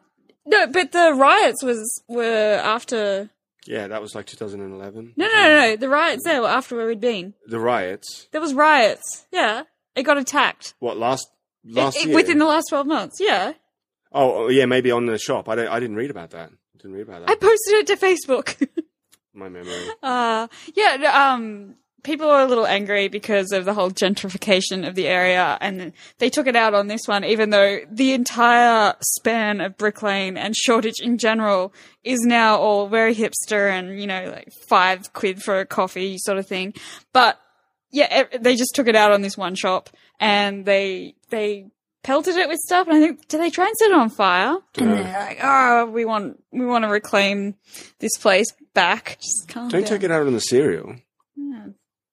no, but the riots was were after.
Yeah, that was like 2011.
No, no, no, no. The riots there were after where we'd been.
The riots.
There was riots. Yeah, it got attacked
What last
It-
last
it-
year?
within the last twelve months. Yeah,
oh oh, yeah, maybe on the shop. I don't. I didn't read about that. Didn't read about that.
I posted it to Facebook.
My memory.
Uh, yeah, no, um, people are a little angry because of the whole gentrification of the area, and they took it out on this one, even though the entire span of Brick Lane and Shoreditch in general is now all very hipster and, you know, like five quid for a coffee sort of thing. But yeah, e- they just took it out on this one shop, and they, they, Pelted it with stuff, and I think did they try and set it on fire? And
Dunno.
they're like, "Oh, we want we want to reclaim this place back." Just calm
Don't
down.
take it out on the cereal.
Yeah.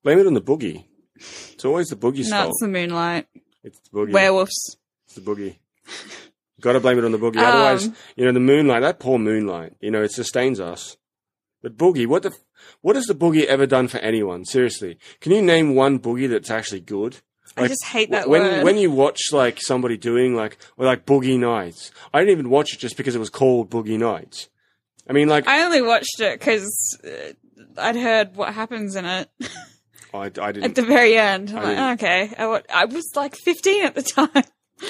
Blame it on the boogie. It's always the boogie's
No,
fault.
it's the moonlight.
It's the boogie.
Werewolves.
It's the boogie. Got to blame it on the boogie. Otherwise,
Um,
you know the moonlight. That poor moonlight. You know it sustains us. But boogie, what the? f- What has the boogie ever done for anyone? Seriously, can you name one boogie that's actually good?
I just hate that
when
word.
when you watch like somebody doing like or like Boogie Nights, I didn't even watch it just because it was called Boogie Nights. I mean, like I,
I only watched it because uh, I'd heard what happens in it
I,
at
didn't,
the very end. I'm
I
like, okay. I, wa- I was like 15 at the time.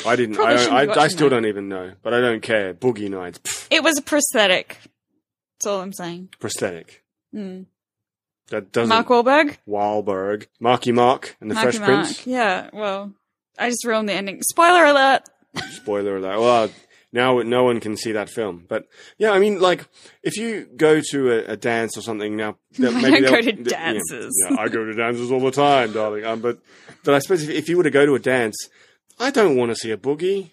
I didn't,
probably
I,
shouldn't
I,
be
I
watching
still
that.
don't even know, but I don't care. Boogie Nights, pff,
It was a prosthetic. That's all I'm saying.
prosthetic.
Mm.
That doesn't
Mark Wahlberg?
Wahlberg, Marky Mark, and the
Marky
Fresh
Mark.
Prince.
Yeah, well, I just ruined the ending. Spoiler alert.
Spoiler alert. Well, now no one can see that film, but yeah, I mean, like if you go to a, a dance or something now, that
I
maybe
don't go
they'll-
to
th- you know,
dances.
yeah, I go to dances all the time, darling. Um, but but I suppose if, if you were to go to a dance, I don't want to see a boogie.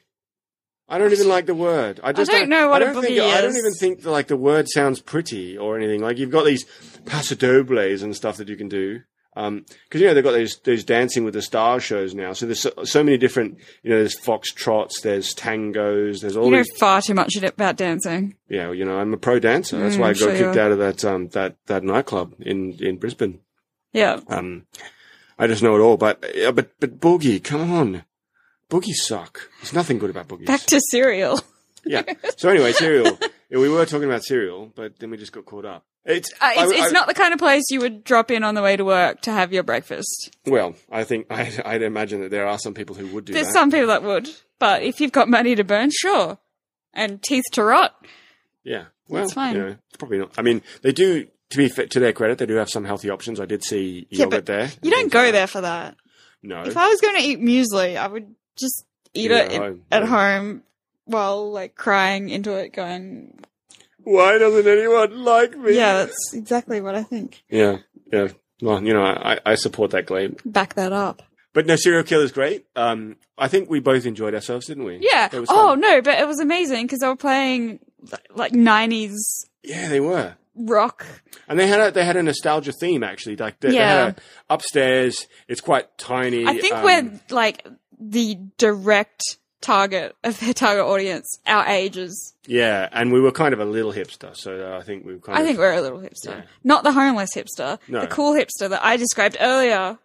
I don't even like the word. I just
don't know what
I
a
don't think,
boogie
I don't
is.
even think that, like the word sounds pretty or anything. Like you've got these pasodobles and stuff that you can do. Um 'cause because you know they've got those those dancing with the stars shows now. So there's so, so many different. You know, there's fox trots, there's tangos, there's all
You know
these.
far too much about dancing.
Yeah, well, you know, I'm a pro dancer. That's why I
Mm,
got
sure you
kicked
are.
out of that um that that nightclub in in Brisbane.
Yeah.
Um, I just know it all, but uh, but but boogie, come on, boogies suck. There's nothing good about boogies.
Back to cereal.
yeah. So anyway, cereal. Yeah, we were talking about cereal, but then we just got caught up. It's
Uh, it's,
I- I-
it's not the kind of place you would drop in on the way to work to have your breakfast.
Well, I think I, I'd imagine that there are some people who would do
There's
that.
some people that would, but if you've got money to burn, sure, and teeth to rot,
yeah. Well,
That's fine.
You know, it's probably not. I mean, they do. To be fit, to their credit, they do have some healthy options. I did see
Yeah,
yogurt
but
there.
you don't go there for that.
No.
If I was going to eat muesli, I would just
Eat
eat
it
it
at
in-
home,
at
yeah.
home while like crying into it, going,
Why doesn't anyone like me?
"Yeah, that's exactly what I think."
Yeah. Yeah. Well, you know, I, I support that claim.
Back that up.
But no, serial killer's great. Um, I think we both enjoyed ourselves, didn't we?
Yeah.
It was
Oh
fun.
no, but it was amazing because they were playing like- like '90s
yeah, they were,
rock.
and they had a, they had a nostalgia theme actually. Like they, they had a, upstairs, it's quite tiny.
I think
um,
we're like the direct target of their target audience, our ages.
yeah, and we were kind of a little hipster, so uh, I think we were kind
I
of
think we're a little hipster.
Yeah.
Not the homeless hipster,
No.
the cool hipster that I described earlier.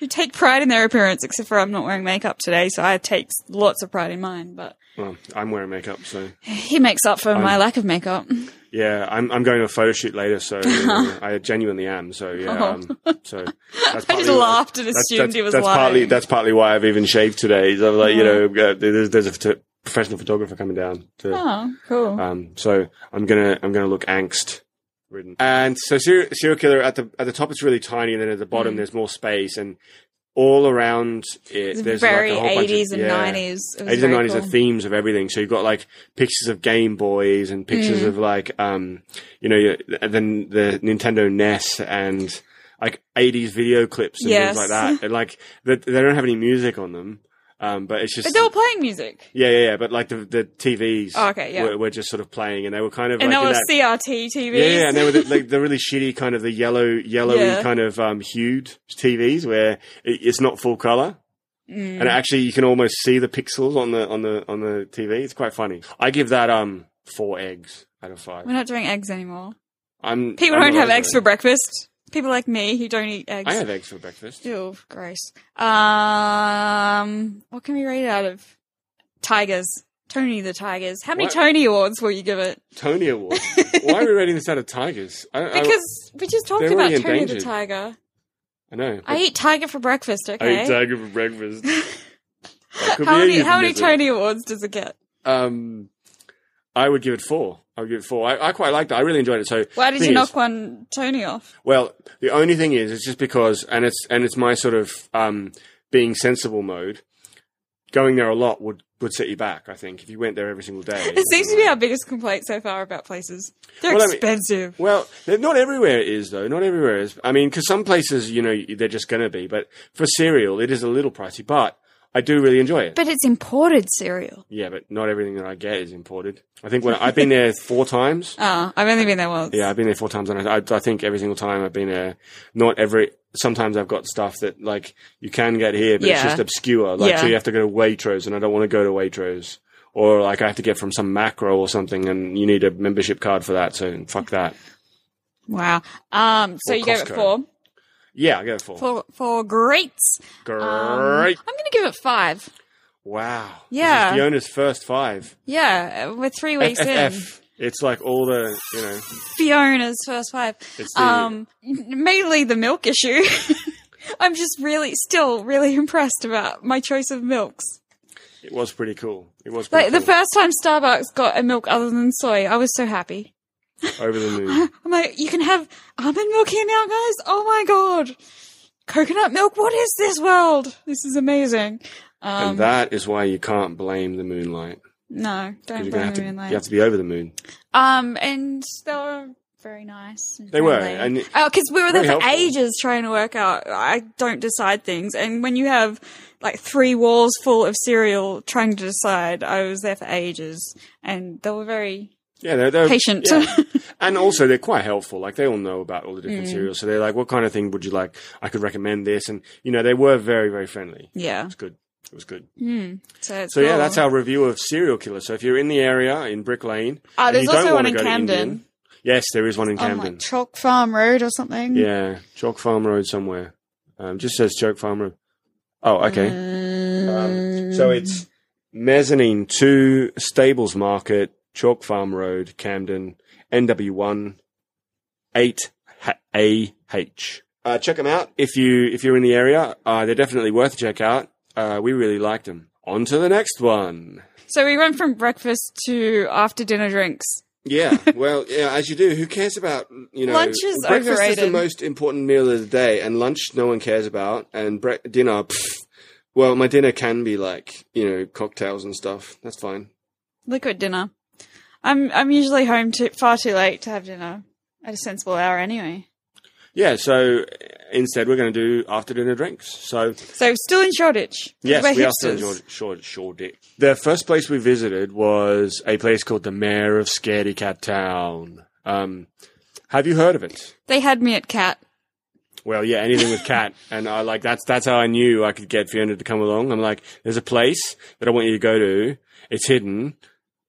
who take pride in their appearance, except for I'm not wearing makeup today, so I take lots of pride in mine. But
Well, I'm wearing makeup, so
he makes up for my lack of makeup.
yeah, I'm I'm going to a photo shoot later, so you know, I genuinely am. So yeah, um, so that's
Oh. I just
partly-
laughed and
that's-
assumed
that's,
he was
that's
lying.
partly that's partly why I've even shaved today. is I'm like, you know, uh, there's, there's a photo- professional photographer coming down to
oh, cool.
Um, so I'm gonna I'm gonna look angst ridden. And so serial, serial killer at the at the top it's really tiny, and then at the
Mm.
bottom there's more space, and all around it
it's
there's
very
like a whole bunch of-
80s and
yeah.
90s. It
80s
was
and
very
90s are
cool.
themes of everything. So you've got like pictures of Game Boys and pictures
Mm.
of like, um, you know, your- and then the Nintendo NES and like 80s video clips and
Yes.
things like that. And like, they, they don't have any music on them. Um, but it's just,
But they were playing music.
yeah, yeah, yeah. But like the, the TVs
Oh, okay, yeah.
were, were just sort of playing and they were kind of
And
like in
they were
that,
CRT TVs.
yeah, yeah, and they were the, like the really shitty kind of the yellow, yellowy
Yeah.
kind of um, hued TVs where it, it's not full color,
Mm.
and actually you can almost see the pixels on the on the on the TV. It's quite funny. I give that um four eggs out of five.
We're not doing eggs anymore.
I'm
People
I'm
don't
not
have
over
eggs
it.
for breakfast. People like me who don't eat eggs.
I have eggs for breakfast.
Ew, Oh, gross. Um, what can we rate it out of? Tigers. Tony the Tigers. How many
What?
Tony awards will you give it?
Tony Award. Why are we rating this out of tigers? I, I-
Because we just talked
they're
about
already
Tony the
Uh, endangered.
Tiger.
I know.
I eat tiger for breakfast,
I
okay?
eat tiger for breakfast. That could
how
be a
many, how many
euphemism.
Tony awards does it get?
Um, I would give it four. I would give it four. I, I quite liked it. I really enjoyed it. So
Why did
thing
you
is-
knock one Tony off?
Well, the only thing is, it's just because, and it's and it's my sort of um, being sensible mode. Going there a lot would would set you back. I think if you went there every single day,
It seems to be our biggest complaint so far about places. They're
Well, I mean-
expensive.
Well, they're- not everywhere it is though. Not everywhere is. I mean, because some places, you know, they're just going to be. But for cereal, it is a little pricey, but I do really enjoy it.
but it's imported cereal.
yeah, but not everything that I get is imported. I think when I've been there four times.
Oh, I've only been there once.
Yeah, I've been there four times, and I, I, I think every single time I've been there, not every. Sometimes I've got stuff that like you can get here, but it's
Yeah.
just obscure. Like so,
Yeah.
you have to go to Waitrose, and I don't want to go to Waitrose, or like I have to get from some macro or something, and you need a membership card for that. So fuck that.
Wow. Um, so
Or
you gave it
Costco.
four.
Yeah, I go for four.
For, for greats.
Great.
Um, I'm going to give it five.
wow.
Yeah.
This is Fiona's first five.
Yeah, uh, we're three weeks in.
FFF. It's like all the you know.
Fiona's first five.
It's the
Um, n- mainly the milk issue. I'm just really, still really impressed about my choice of milks.
it was pretty cool. It was pretty
Like the
cool.
first time Starbucks got a milk other than soy, I was so happy.
over the moon.
I'm like, you can have almond milk here now, guys. Oh my god, coconut milk. What is this world? This is amazing. Um,
and that is why you can't blame the moonlight.
no,
Because you're
don't
gonna
blame
have to,
me in
you have to be over the moon.
Um, and they were very nice. and
They were,
friendly.
and-
oh, because we were there
very
for
helpful.
ages trying to work out. I don't decide things, and when you have like three walls full of cereal trying to decide, I was there for ages, and they were very
Yeah, they're, they're
patient.
Oh, yeah. and also they're quite helpful. Like they all know about all the
Mm.
different cereals, so they're like, "What kind of thing would you like? I could recommend this." And you know, they were very, very friendly.
yeah.
It's good. It was good.
Mm. So, it's
So yeah,
cool.
that's our review of Serial Killer. So if you're in the area in Brick Lane,
Oh,
and
there's
you don't
also one
wanna
in
go to
Camden. Oh,
Indian- yes, there is one in
on
Camden.
like Chalk Farm Road or something.
yeah, Chalk Farm Road somewhere. Um, just says Chalk Farm Road. Oh, okay.
Uh, Mm.
Um, so it's mezzanine two, Stables Market, Chalk Farm Road, Camden, NW1 eight AH. Uh, check them out if you if you're in the area. Uh, they're definitely worth a check out. Uh, we really liked them. On to the next one.
So we went from breakfast to after dinner drinks.
Yeah, well, yeah, as you do. Who cares about you know?
Lunch is
breakfast is the
overrated.
most important meal of the day, and lunch no one cares about, and bre- dinner. Pff, well, my dinner can be like you know cocktails and stuff. That's fine.
Liquid dinner. I'm I'm usually home too, far too late to have dinner at a sensible hour anyway.
Yeah. So uh, instead, we're going to do after dinner drinks. So
So still in Shoreditch. 'cause
yes,
we're
we are still in
hipsters.
Shored- Shored- Shoreditch. The first place we visited was a place called the Mayor of Scaredy Cat Town. Um, have you heard of it?
They had me at Cat.
Well, yeah, anything with cat, and I like that's that's how I knew I could get Fiona to come along. I'm like, there's a place that I want you to go to. It's hidden,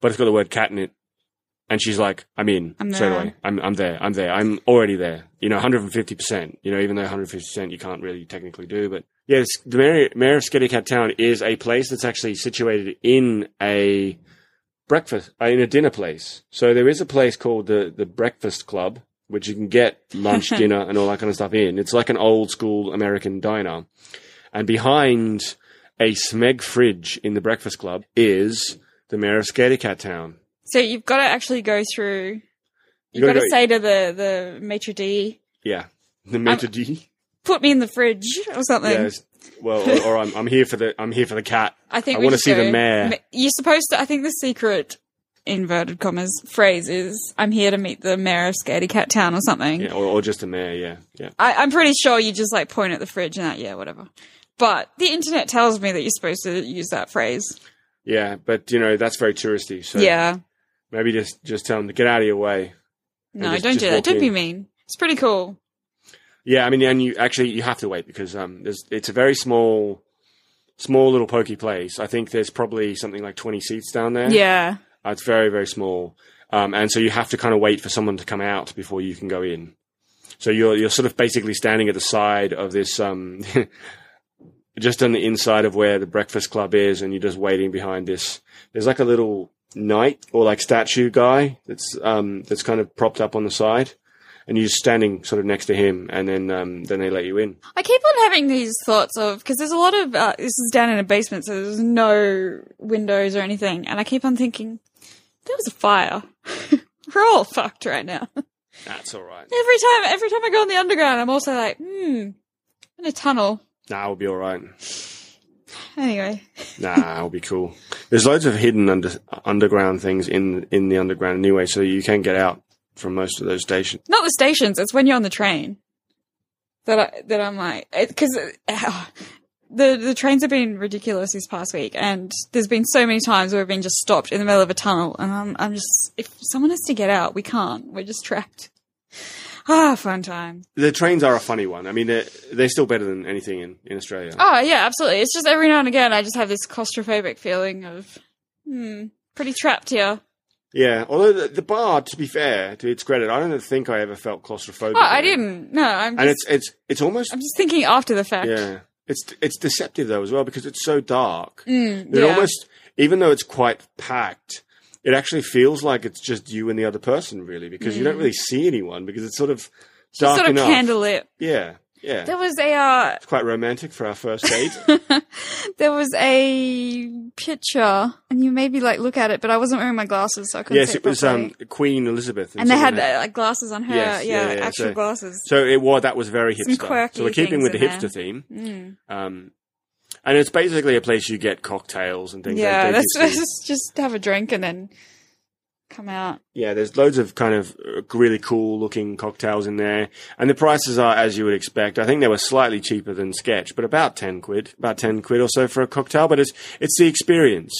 but it's got the word cat in it, And she's like, I'm in
I'm
straight
there.
away. I'm, I'm there. I'm there. I'm already there. You know, 150%, you know, even though 150% you can't really technically do, but yes, the mayor, mayor of Skellicat town is a place that's actually situated in a breakfast, uh, in a dinner place. So there is a place called the, the breakfast club, which you can get lunch, dinner and all that kind of stuff in. It's like an old school American diner. And behind a Smeg fridge in the breakfast club is the mayor of Skellicat town.
So you've got to actually go through.
You
You've got
gotta
to
go-
say to the the maitre d,
Yeah. The maitre d.
put me in the fridge or something.
Yes. Well, or, or I'm, I'm here for the I'm here for the cat.
I think
I
we
wanna
just
see the
go-
mayor.
Ma- You're supposed to. I think the secret inverted commas phrase is "I'm here to meet the mayor of Scaredy Cat Town" or something.
Yeah, or, or just the mayor. Yeah, yeah.
I, I'm pretty sure you just like point at the fridge and that. Yeah, whatever. But the internet tells me that you're supposed to use that phrase.
Yeah, but you know that's very touristy. So
yeah.
maybe just just tell them to get out of your way.
No,
just-
don't
just
do that.
walk
Don't be
in.
mean. It's pretty cool.
Yeah, I mean, and you actually you have to wait because um, there's it's a very small, small little pokey place. I think there's probably something like 20 seats down there.
Yeah.
Uh, It's very, very small. Um, and so you have to kind of wait for someone to come out before you can go in. So you're, you're sort of basically standing at the side of this, um, just on the inside of where the breakfast club is, and you're just waiting behind this. There's like a little knight or like statue guy that's, um, that's kind of propped up on the side. And you're just standing sort of next to him, and then um, then they let you in.
I keep on having these thoughts of because there's a lot of uh, this is down in a basement, so there's no windows or anything, and I keep on thinking there was a fire. We're all fucked right now.
That's all right.
Every time, every time I go on the underground, I'm also like, hmm, in a tunnel.
Nah, we'll be all right.
Anyway,
Nah, it'll be cool. There's loads of hidden under, underground things in in the underground anyway, so you can get out from most of those stations.
not the stations. It's when you're on the train that I that I'm like because the the trains have been ridiculous this past week, and there's been so many times where we've been just stopped in the middle of a tunnel, and I'm I'm just if someone has to get out, we can't. We're just trapped. Ah, fun time.
The trains are a funny one. I mean, they're, they're still better than anything in, in Australia.
Oh yeah, absolutely. It's just every now and again I just have this claustrophobic feeling of hmm, pretty trapped here.
Yeah, although the, the bar, to be fair, to its credit, I don't think I ever felt claustrophobic.
Oh, I
in it.
didn't. No, I'm
And
just,
it's it's it's almost
I'm just thinking after the fact.
yeah. It's it's deceptive though as well because it's so dark.
Mm,
It
yeah.
almost, even though it's quite packed, it actually feels like it's just you and the other person, really, because you don't really see anyone because it's sort of dark
Mm. sort of
enough.
candlelit.
Yeah, yeah.
There was a uh,
it's quite romantic for our first date.
there was a picture, and you maybe like look at it, but I wasn't wearing my glasses, so I couldn't.
yes,
see
it was
properly.
um, Queen Elizabeth,
and they
someone
had
else.
uh, like glasses on her.
Yes,
yeah,
yeah, yeah,
actual
so-
glasses.
So it wore that was very
Some
hipster.
quirky
So we're keeping with the
things in
hipster
there.
theme,
Mm.
um, and it's basically a place you get cocktails and things.
Yeah,
like
that's,
that.
that's just- just have a drink and then come out.
Yeah, there's loads of kind of uh, really cool looking cocktails in there. And the prices are as you would expect. I think they were slightly cheaper than Sketch, but about 10 quid, about 10 quid or so for a cocktail. But it's, it's the experience.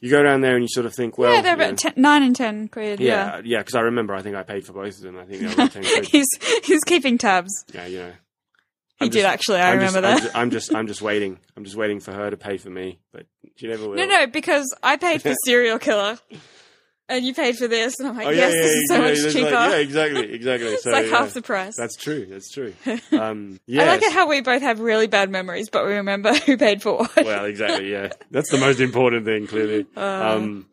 You go down there and you sort of think, well.
yeah, they're
you know,
about ten, nine and ten quid. Yeah.
yeah, yeah, because I remember I think I paid for both of them. I think they were about 10 quid.
he's he's keeping tabs.
Yeah, you know.
He
I'm
did
just-
actually. I
I'm
remember
just, I'm
that.
ju- I'm just, I'm just, waiting. I'm just waiting for her to pay for me, but she never will.
No, no, because I paid for serial killer, and you paid for this, and I'm like,
Oh, yeah,
yes,
yeah,
this is so
yeah,
much
yeah, it's
cheaper.
like- yeah, exactly, exactly.
it's
so,
like
yeah,
half the price.
That's true. That's true. Um, yes.
I like it how we both have really bad memories, but we remember who paid for what.
well, exactly. Yeah, that's the most important thing, clearly.
Uh,
um,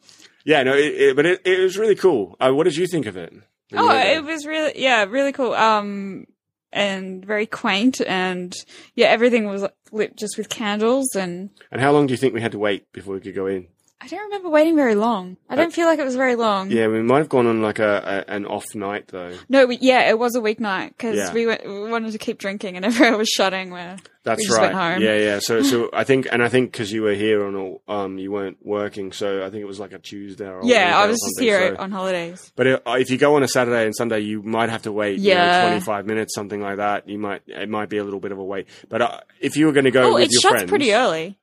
yeah, no, it, it, but it, it was really cool. Uh, what did you think of it? When you
oh,
went there?
it was really yeah, really cool. Um, and very quaint, and yeah, everything was lit just with candles, and
and how long do you think we had to wait before we could go in?
I don't remember waiting very long. I don't feel like it was very long.
Uh, Yeah, we might have gone on like a, a an off night though.
No, we, yeah, it was a weeknight because
Yeah.
we, went, we wanted to keep drinking, and everyone was shutting. Where
That's
We just
right.
went home.
Yeah, yeah. So, so I think, and I think because you were here on all, um, you weren't working, so I think it was like a Tuesday or a Wednesday
yeah, I
or
was just
something,
here
so-
on holidays.
But if, if you go on a Saturday and Sunday, you might have to wait, you
Yeah.
know, 25 minutes, something like that. You might, it might be a little bit of a wait. But uh, if you were going to go
oh,
with
it
your
shuts
friends,
pretty early.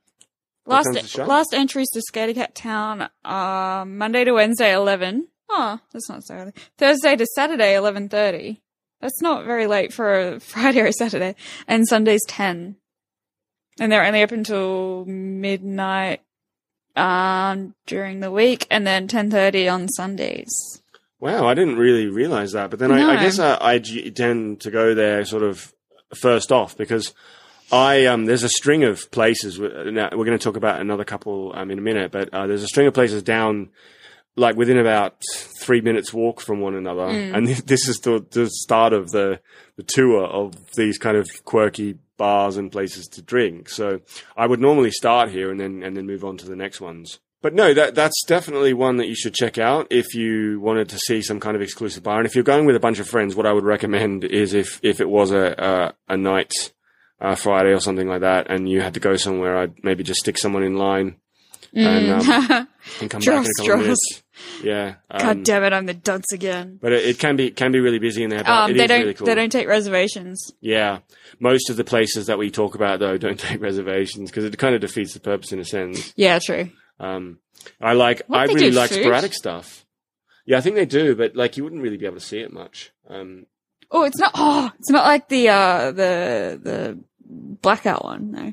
What time's it
Last
shut?
last entries to Scaredy Cat Town are Monday to Wednesday eleven. Oh, that's not so early. Thursday to Saturday eleven thirty. That's not very late for a Friday or Saturday. And Sunday's ten. And they're only open till midnight um during the week and then ten thirty on Sundays.
Wow, I didn't really realize that. But then
No.
I, I guess I, I g- tend to go there sort of first off because I um, there's a string of places. w- Now, we're going to talk about another couple um, in a minute, but uh, there's a string of places down like within about three minutes walk from one another, and this- this is the, the start of the the tour of these kind of quirky bars and places to drink. So I would normally start here and then and then move on to the next ones. But no, that that's definitely one that you should check out if you wanted to see some kind of exclusive bar. And if you're going with a bunch of friends, what I would recommend is if if it was a a, a night uh, Friday or something like that, and you had to go somewhere, I'd maybe just stick someone in line
Mm.
and, um, and come
Draw
back in a couple of
straws.
minutes. Yeah. Um,
God damn it, I'm the dunce again.
But it, it can be can be really busy in there. But
Um,
it
they
is
don't
really cool.
they don't take reservations.
Yeah, most of the places that we talk about though don't take reservations because it kind of defeats the purpose in a sense.
Yeah, true.
Um, I like
What,
I
they
really
do
like
food?
sporadic stuff. Yeah, I think they do, but like you wouldn't really be able to see it much. Um,
Oh, it's not. Oh, it's not like the uh the the blackout one. No,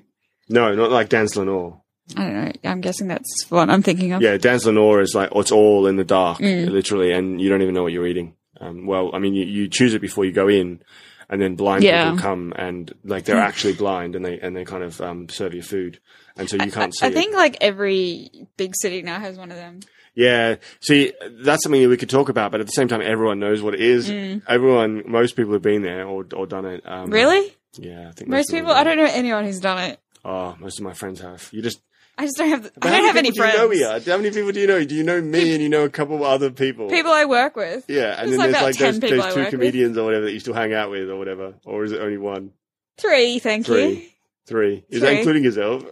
no, not like Dan's Lenore.
I don't know. I'm guessing that's what I'm thinking of.
Yeah, Dan's Lenore is like it's all in the dark,
Mm.
literally, and you don't even know what you're eating. Um, well, I mean, you, you choose it before you go in, and then blind
Yeah. Hmm.
people come and like they're actually blind and they and they kind of um, serve you food, and so you can't
I,
see.
I
it.
think like every big city now has one of them.
Yeah. See, that's something that we could talk about, but at the same time, everyone knows what it is.
Mm.
Everyone, most people have been there or, or done it. Um,
Really?
Yeah. I think
Most people. I don't know anyone who's done it.
Oh, most of my friends have. You just.
I just don't have.
But
I don't
how
have
many
any
people
friends.
do You know here? How many people do you know? Do you know me and you know a couple of other people?
People I work with.
Yeah, and then
There's like
there's
about
like
10
those,
people
those
I
two
work with.
comedians or whatever that you still hang out with or whatever, or is it only one?
Three, thank you.
Three. Three. Is that
Three.
including yourself?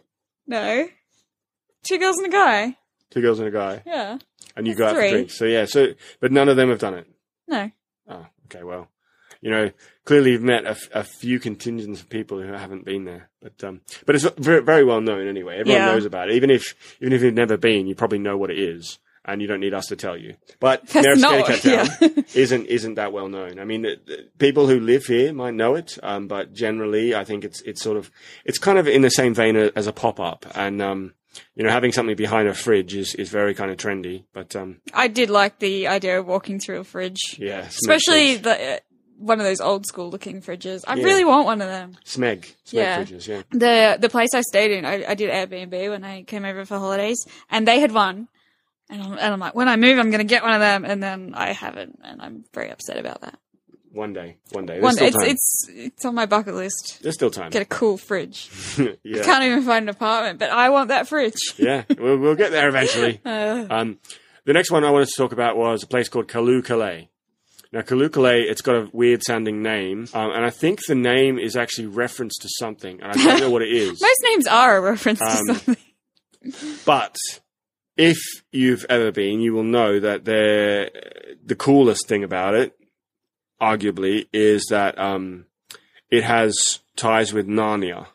No, two girls and a guy.
Two girls and a guy,
Yeah.
and you
That's
go out for
three.
drinks. So yeah, so but none of them have done it.
No.
Oh, okay. Well, you know, clearly you've met a, f- a few contingents of people who haven't been there, but um, but it's very, very well known anyway. Everyone
Yeah.
knows about it. Even if even if you've never been, you probably know what it is, and you don't need us to tell you. But
That's not.
Narasketica Town
Yeah.
isn't isn't that well known. I mean, it- it- people who live here might know it, um, but generally, I think it's it's sort of it's kind of in the same vein a- as a pop up, and um, you know, having something behind a fridge is is very kind of trendy. But um,
I did like the idea of walking through a fridge.
yeah, smeg
especially
fridge.
the uh, one of those old school looking fridges. I
Yeah.
really want one of them.
smeg, smeg
Yeah.
fridges, yeah.
The the place I stayed in, I, I did Airbnb when I came over for holidays, and they had one. And I'm, and I'm like, when I move, I'm going to get one of them, and then I haven't, and I'm very upset about that.
One day, one day. There's
One,
still
it's
time.
it's it's on my bucket list.
There's still time.
Get a cool fridge. I
yeah,
Can't even find an apartment, but I want that fridge.
yeah. We'll, we'll get there eventually.
Uh,
Um, the next one I wanted to talk about was a place called Kalu Calais. Now, Kalu Calais, it's got a weird sounding name, um, and I think the name is actually reference to something, and I don't know what it is.
most names are a reference
Um,
to something.
But if you've ever been, you will know that they're- the coolest thing about it, arguably, is that um, it has ties with Narnia.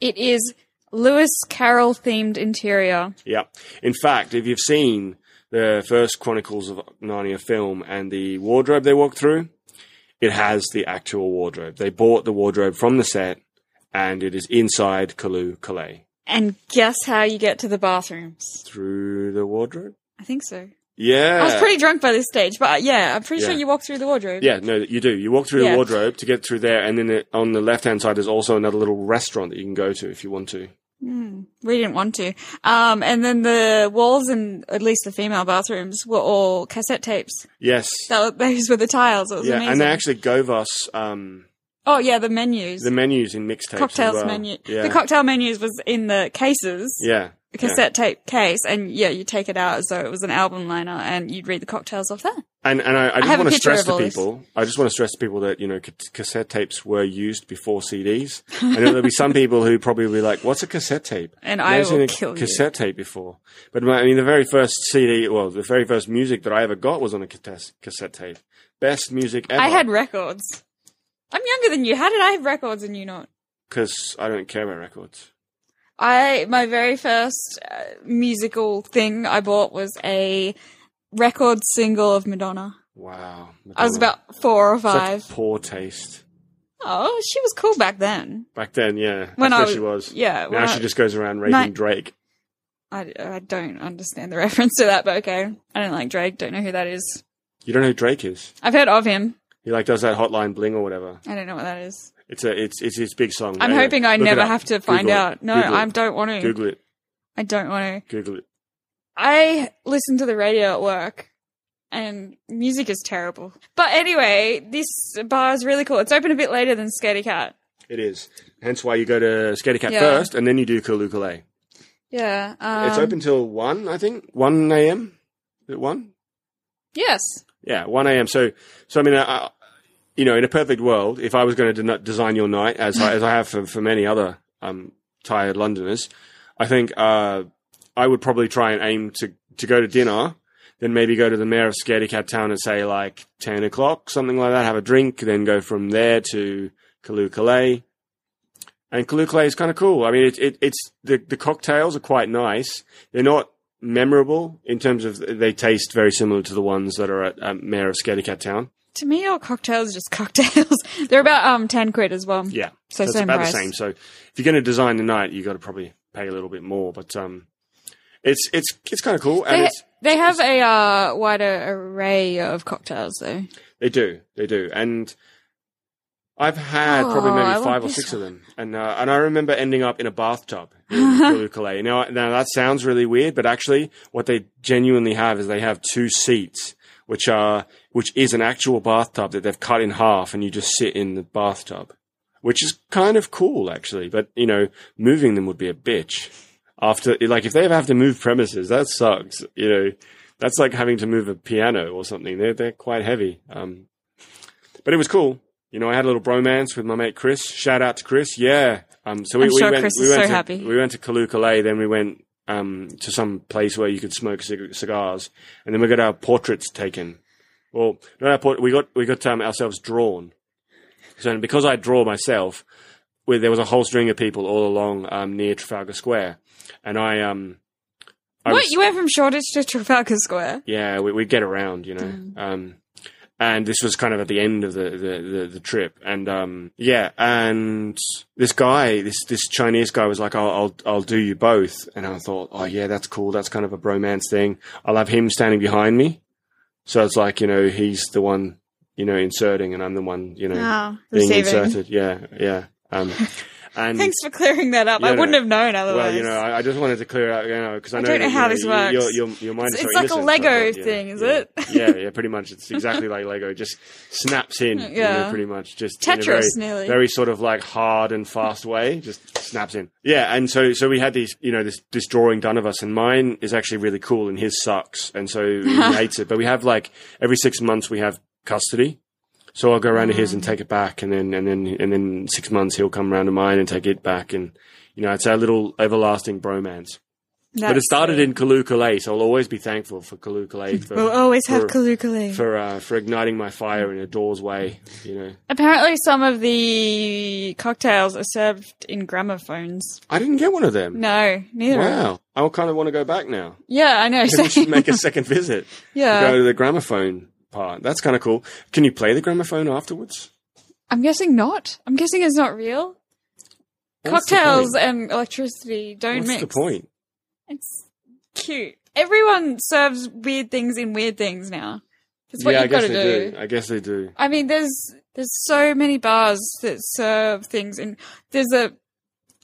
It is Lewis Carroll themed interior.
Yeah. In fact, if you've seen the first Chronicles of Narnia film and the wardrobe they walk through, it has the actual wardrobe. They bought the wardrobe from the set and it is inside Kalu Calais.
And guess how you get to the bathrooms?
Through the wardrobe?
I think so.
Yeah.
I was pretty drunk by this stage, but uh, yeah, I'm pretty
Yeah.
sure you walk through the wardrobe.
yeah, no, you do. You walk through the
Yeah.
wardrobe to get through there, and then it- on the left hand side, there's also another little restaurant that you can go to if you want to.
Hmm, we didn't want to. Um, and then the walls and at least the female bathrooms were all cassette tapes.
Yes.
That were, those were the tiles. It was
Yeah,
amazing.
and they actually gave us um,
oh yeah, the menus.
the menus in mixtapes. as
cocktails
well.
menu.
Yeah.
The cocktail menus was in the cases.
yeah.
The
yeah.
cassette tape case, and yeah, you take it out as though it was an album liner, and you'd read the cocktails off there.
And and I, I just
have a
want to
picture
stress
of
to
all this.
people. I just want to stress to people that you know ca- cassette tapes were used before CDs. I know there'll be some people who probably will be like, "What's a cassette tape?"
And
I've
I
seen
will
a
kill you.
cassette tape before, but my, I mean, the very first CD, well, the very first music that I ever got was on a cassette cassette tape. Best music ever.
I had records. I'm younger than you. How did I have records and you not?
because I don't care about records.
I my very first uh, musical thing I bought was a record single of Madonna.
Wow,
I was about four or five.
Such poor taste
Oh, she was cool back then.
back then. Yeah,
When
that's
I
where she was.
Yeah, when
Now
I,
she just goes around raping
Night-
Drake.
I, I don't understand the reference to that, but okay. I don't like Drake. Don't know who that is.
You don't know who Drake is.
I've heard of him.
He like does that hotline bling or whatever.
I don't know what that is.
It's a it's it's his big song.
I'm
Anyway,
hoping I
look it
never
up.
have to find
Google it.
out. No,
Google it.
I don't want to.
Google it.
I don't want to.
Google it.
I listen to the radio at work and music is terrible. But anyway, this bar is really cool. It's open a bit later than Scaredy Cat.
It is. Hence why you go to Scaredy Cat
Yeah.
first, and then you do Kalukale.
Yeah. Um,
it's open till one, I think. One a.m. Is it one?
Yes.
Yeah, one a.m. So, so I mean, I, I- you know, in a perfect world, if I was going to de- design your night as I, as I have for, for many other um, tired Londoners, I think uh, I would probably try and aim to to go to dinner, then maybe go to the mayor of Scaredy Cat Town at say like ten o'clock, something like that. Have a drink, then go from there to Kalukale. And Kalukale is kind of cool. I mean, it, it, it's the the cocktails are quite nice. They're not memorable in terms of they taste very similar to the ones that are at um, Mayor of Scaredy Cat Town.
To me, all cocktails are just cocktails. They're about um ten quid as well.
Yeah,
So
it's
same
about
price.
the same. So if you're going to design the night, you got to probably pay a little bit more. But um, it's it's it's kind of cool, and
They,
it's,
they have a uh, wider array of cocktails though.
they do they do, and I've had probably
Oh, I
maybe
want
five or
this
six of them, and uh, and I remember ending up in a bathtub in Kalukale. Now now that sounds really weird, but actually, what they genuinely have is they have two seats. Which are, which is an actual bathtub that they've cut in half, and you just sit in the bathtub. which is kind of cool actually. But you know, moving them would be a bitch. After like if they ever have to move premises, that sucks. You know, that's like having to move a piano or something. They're they're quite heavy. Um, but it was cool. You know, I had a little bromance with my mate Chris. Shout out to Chris. Yeah. Um, so we,
I'm
we
sure
went.
Chris
we
is
went
so
to,
happy.
We went to Kalukale, then we went um, to some place where you could smoke cig- cigars, and then we got our portraits taken. Well, not our port- we got we got um, ourselves drawn. So and because I draw myself, where there was a whole string of people all along um, near Trafalgar Square, and I um, I
what
was-
you went from Shoreditch to Trafalgar Square?
yeah, we we get around, you know.
Mm.
Um, and this was kind of at the end of the the, the, the trip, and um, yeah, and this guy, this this Chinese guy, was like, I'll, "I'll I'll do you both," and I thought, "Oh yeah, that's cool. That's kind of a bromance thing. I'll have him standing behind me, so it's like you know he's the one you know inserting, and I'm the one you know
Oh,
being
receiving.
inserted. Yeah, yeah. Um, and
Thanks for clearing that up.
Yeah,
I
no.
wouldn't have known otherwise.
well, you know, I, I just wanted to clear out, you know, because I
I
know
don't know
that,
how
you
this
you-
works.
Your, your, your mind
It's-
is so
it's like a
innocent,
Lego
so I thought, yeah,
thing, is
yeah.
it?
yeah, yeah, pretty much. It's exactly like Lego. It just snaps in, you know,
Yeah.
pretty much. Just in a
Tetris,
very,
nearly.
very sort of like hard and fast way, just snaps in. Yeah, and so so we had these, you know, this this drawing done of us, and mine is actually really cool, and his sucks, and so he hates it. But we have like every six months we have custody. So I'll go around to his
Mm.
and take it back, and then and then and then six months he'll come around to mine and take it back, and you know it's our little everlasting bromance. but it
That's
started
sweet.
in Kalukale, so I'll always be thankful for Kalukale. For,
We'll always have
for-
Kalukale.
for uh, for igniting my fire in a door's way. You know,
Apparently, some of the cocktails are served in gramophones.
I didn't get one of them.
No, neither.
Wow, I kind of want to go back now.
Yeah, I know.
Maybe we should
same. Uh,
make a second visit.
yeah,
go to the gramophone part. That's kind of cool. Can you play the gramophone afterwards?
I'm guessing not. I'm guessing it's not real.
What's the
Cocktails
point?
and electricity don't
What's
mix.
the point?
It's cute. Everyone serves weird things in weird things now. That's what
yeah, I
you've got
guess
to
they do.
do.
I guess they do.
I mean, there's there's so many bars that serve things, and there's a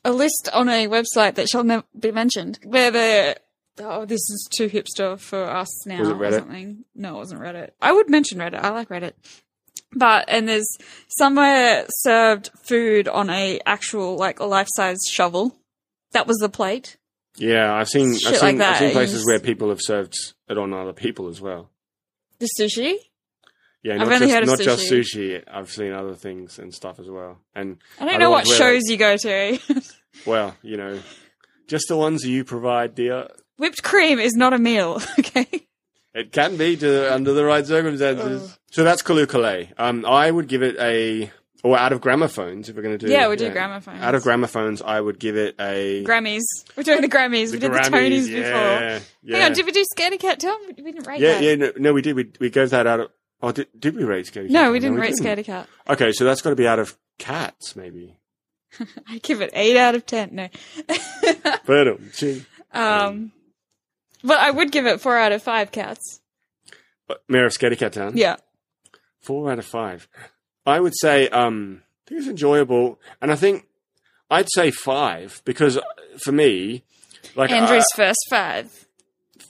a list on a website that shall never be mentioned where the oh this is too hipster for us now
Was it
or
Reddit?
something. No, it wasn't Reddit. I would mention Reddit. I like Reddit, but and there's somewhere served food on a actual like a life size shovel. That was the plate.
Yeah, I've seen.
Shit
I've
like
seen, I've
that.
seen
You
places
just-
where people have served it on other people as well.
The sushi.
Yeah,
I've
not
only
just
heard of
not just
sushi.
sushi. I've seen other things and stuff as well. And
I don't
I
know
don't
what
want to wear
shows you go to.
well, you know, just the ones you provide, dear.
Whipped cream is not a meal. Okay.
It can be to, under the right circumstances. Uh. So that's Kalukale. Um, I would give it a, or out of gramophones, if we're going to do.
Yeah, we do gramophones.
Out of gramophones, I would give it a.
Grammys. We're doing the Grammys. we did the Tonys before.
yeah, Yeah.
Hang on, did we do Scaredy Cat Town? We we didn't rate
yeah,
that.
yeah, no, no, we did. We, we gave that out of. Oh, did, did we rate Scaredy Cat?
No, we didn't rate Scaredy Cat.
Okay, so that's got to be out of cats, maybe.
I give it eight out of ten. No.
But um, gee.
um, but I would give it four out of five cats.
Uh, Mayor of Scaredy Cat Town.
Yeah.
Four out of five. I would say um, I think it's enjoyable, and I think I'd say five because uh, for me, like I-
Andrew's first five.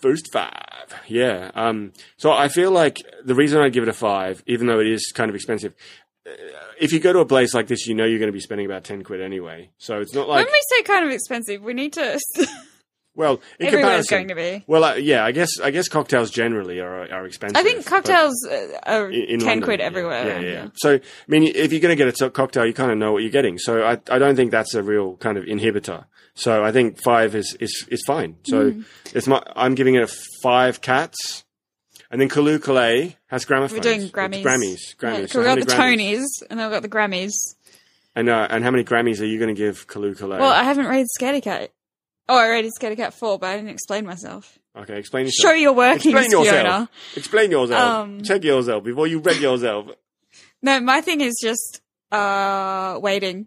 first five. Yeah. Um, so I feel like the reason I give it a five, even though it is kind of expensive, uh, if you go to a place like this, you know you're going to be spending about ten quid anyway. So it's not like
when we say kind of expensive, we need to.
well, in
Everywhere's
comparison.
Mm-hmm. going to be.
well, uh, yeah, I guess I guess cocktails generally are are expensive.
I think
but
cocktails uh, are
in- in
ten
London,
quid
yeah.
everywhere.
Yeah, yeah,
aren't they?
So I mean, if you're going to get a t- cocktail, you kind of know what you're getting. So I I don't think that's a real kind of inhibitor. So I think five is is is fine. So
Hmm.
it's my I'm giving it a five cats. And then Kalu Kalay has gramophones.
We're doing
It's
Grammys.
Grammys. Grammys.
Yeah, 'cause
So
we
how
got
many
the
Grammys?
Tonys and then we got the Grammys.
And, uh, and how many Grammys are you going to give Kalu Kalay?
Well, I haven't rated Scaredy Cat. Oh, I rated Scaredy Cat four, but I didn't explain myself.
okay, explain yourself.
Show your workings,
Explain yourself.
Fiona.
Explain yourself.
Um,
Check yourself before you wreck yourself.
No, my thing is just uh waiting.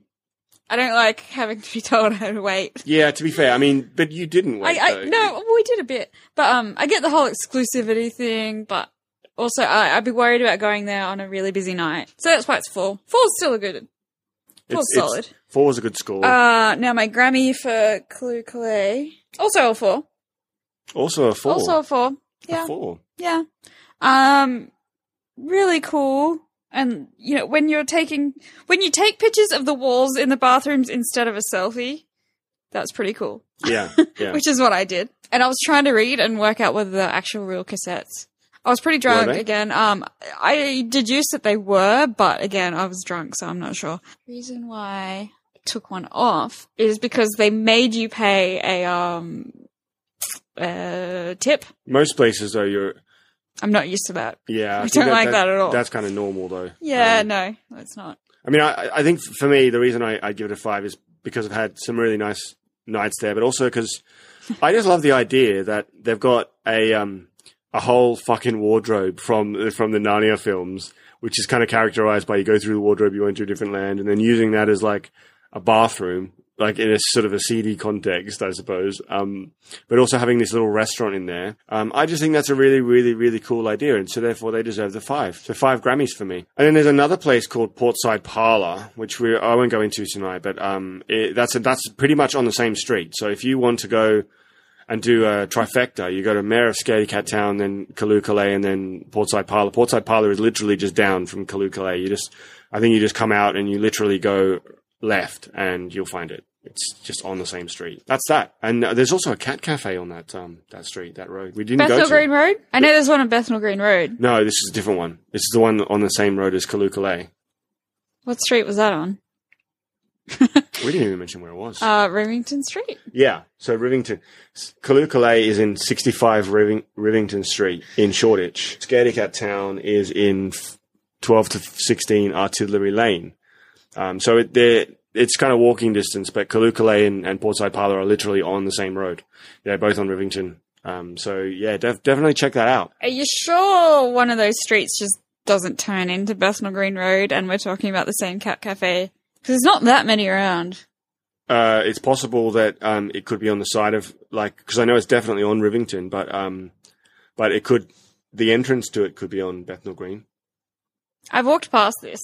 I don't like having to be told how to wait.
yeah, to be fair, I mean, but you didn't wait.
I, I
though.
no, we did a bit, but um, I get the whole exclusivity thing, but also I, I'd be worried about going there on a really busy night, so that's why it's four. Four's still a good. Four's solid.
Four was a good score.
Uh, now my Grammy for Clue Calais. Also a four.
also a four.
Also a four. Yeah.
A four.
Yeah. Um, really cool. And, you know, when you're taking, when you take pictures of the walls in the bathrooms instead of a selfie, that's pretty cool,
Yeah, yeah.
which is what I did. And I was trying to read and work out whether they're actual real cassettes. I was pretty drunk
they?
again. Um, I deduced that they were, but again, I was drunk, so I'm not sure. Reason why I took one off is because they made you pay a, um, uh, tip.
Most places though, you're
I'm not used to that.
yeah.
I
think
don't like that at all.
That's kind of normal though.
Yeah,
Um,
no, it's not.
I mean, I, I think for me, the reason I, I give it a five is because I've had some really nice nights there, but also because I just love the idea that they've got a um a whole fucking wardrobe from from the Narnia films, which is kind of characterized by you go through the wardrobe, you enter a different land, and then using that as like a bathroom, like in a sort of a seedy context, I suppose. Um, but also having this little restaurant in there. Um, I just think that's a really, really, really cool idea. And so therefore they deserve the five. So five Grammys for me. And then there's another place called Portside Parlor, which we, I won't go into tonight, but, um, it, that's, that's pretty much on the same street. So if you want to go, and do a trifecta. You go to Mayor of Scaredy Cat Town, then Kalu Calais, and then Portside Parlor. Portside Parlor is literally just down from Kalu Calais. You just, I think you just come out and you literally go left and you'll find it. It's just on the same street. That's that. And uh, there's also a cat cafe on that um that street, that road. We didn't go
Bethnal
to.
Green Road? I know there's one on Bethnal Green Road.
No, this is a different one. This is the one on the same road as Kalu Calais.
What street was that on?
We didn't even mention where it was.
Uh, Remington Street.
yeah. So Rivington, S- Kalu Calais is in 65 Riving, Rivington Street in Shoreditch. Scaredy Cat Town is in f- 12 to 16 Artillery Lane. Um, so it, they're- it's kind of walking distance, but Kalu Calais and, and Portside Parlor are literally on the same road. They're both on Rivington. Um, so yeah, def- definitely check that out.
Are you sure one of those streets just doesn't turn into Bethnal Green Road and we're talking about the same cat cafe? Because there's not that many around.
Uh, it's possible that um, it could be on the side of like because I know it's definitely on Rivington, but um, but it could the entrance to it could be on Bethnal Green.
I've walked past this.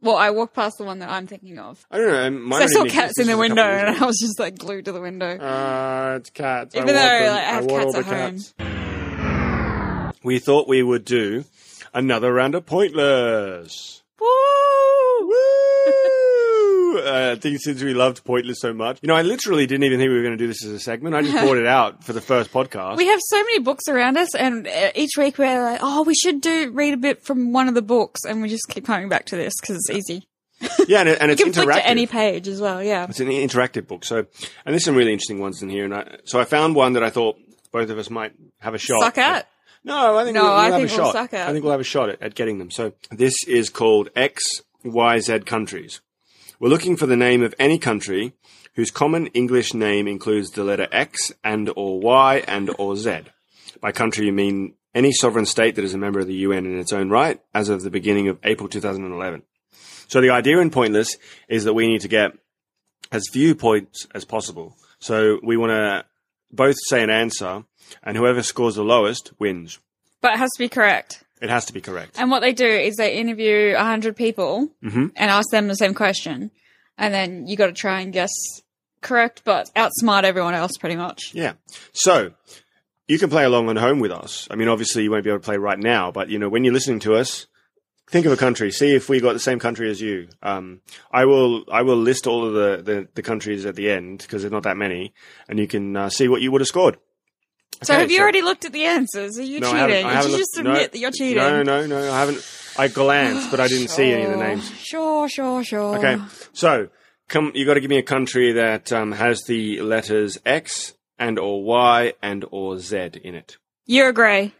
Well, I walked past the one that I'm thinking of.
I don't know. Mine
'Cause I saw
only
cats
existed
in the
a couple
window
years ago.
and I was just like glued to the window.
Uh, it's cats.
Even though,
want them.
like, I have
want
cats
all
at
the
home.
cats. We thought we would do another round of pointless. Woo! Woo! uh, I think since we loved pointless so much, you know, I literally didn't even think we were going to do this as a segment. I just brought it out for the first podcast.
we have so many books around us, and uh, each week we're like, "Oh, we should do read a bit from one of the books," and we just keep coming back to this because it's easy.
yeah, and, it- and it's
You can flick
interactive.
to any page as well. Yeah.
It's an interactive book. So, and there's some really interesting ones in here. And I, so I found one that I thought both of us might have a shot.
Suck at.
No, I think
No,
we'll, we'll
I
have
think
a
we'll
shot.
suck at.
I think we'll have a shot at, at getting them. So this is called X, Y, Z countries. We're looking for the name of any country whose common English name includes the letter X and or Y and or Z. By country, you mean any sovereign state that is a member of the UN in its own right as of the beginning of April 2011. So the idea in Pointless is that we need to get as few points as possible. So we want to both say an answer, and whoever scores the lowest wins.
but it has to be correct.
It has to be correct.
And what they do is they interview 100 people
hmm
and ask them the same question. And then you got to try and guess correct, but outsmart everyone else pretty much.
Yeah. So you can play along at home with us. I mean, obviously you won't be able to play right now, but you know, when you're listening to us, think of a country. See if we got the same country as you. Um, I will. I will list all of the the, the countries at the end because there's not that many, and you can uh, see what you would have scored.
so
Okay,
have you already looked at the answers? Are you
No, I haven't-
cheating?
I
Did
haven't
you
looked-
just
no,
admit that you're cheating?
No, no, no, I haven't. I glanced, but I didn't see any of the
Sure.
names.
Sure, sure, sure.
Okay, so come. You got to give me a country that um, has the letters X and or Y and or Z in it.
You're a grey.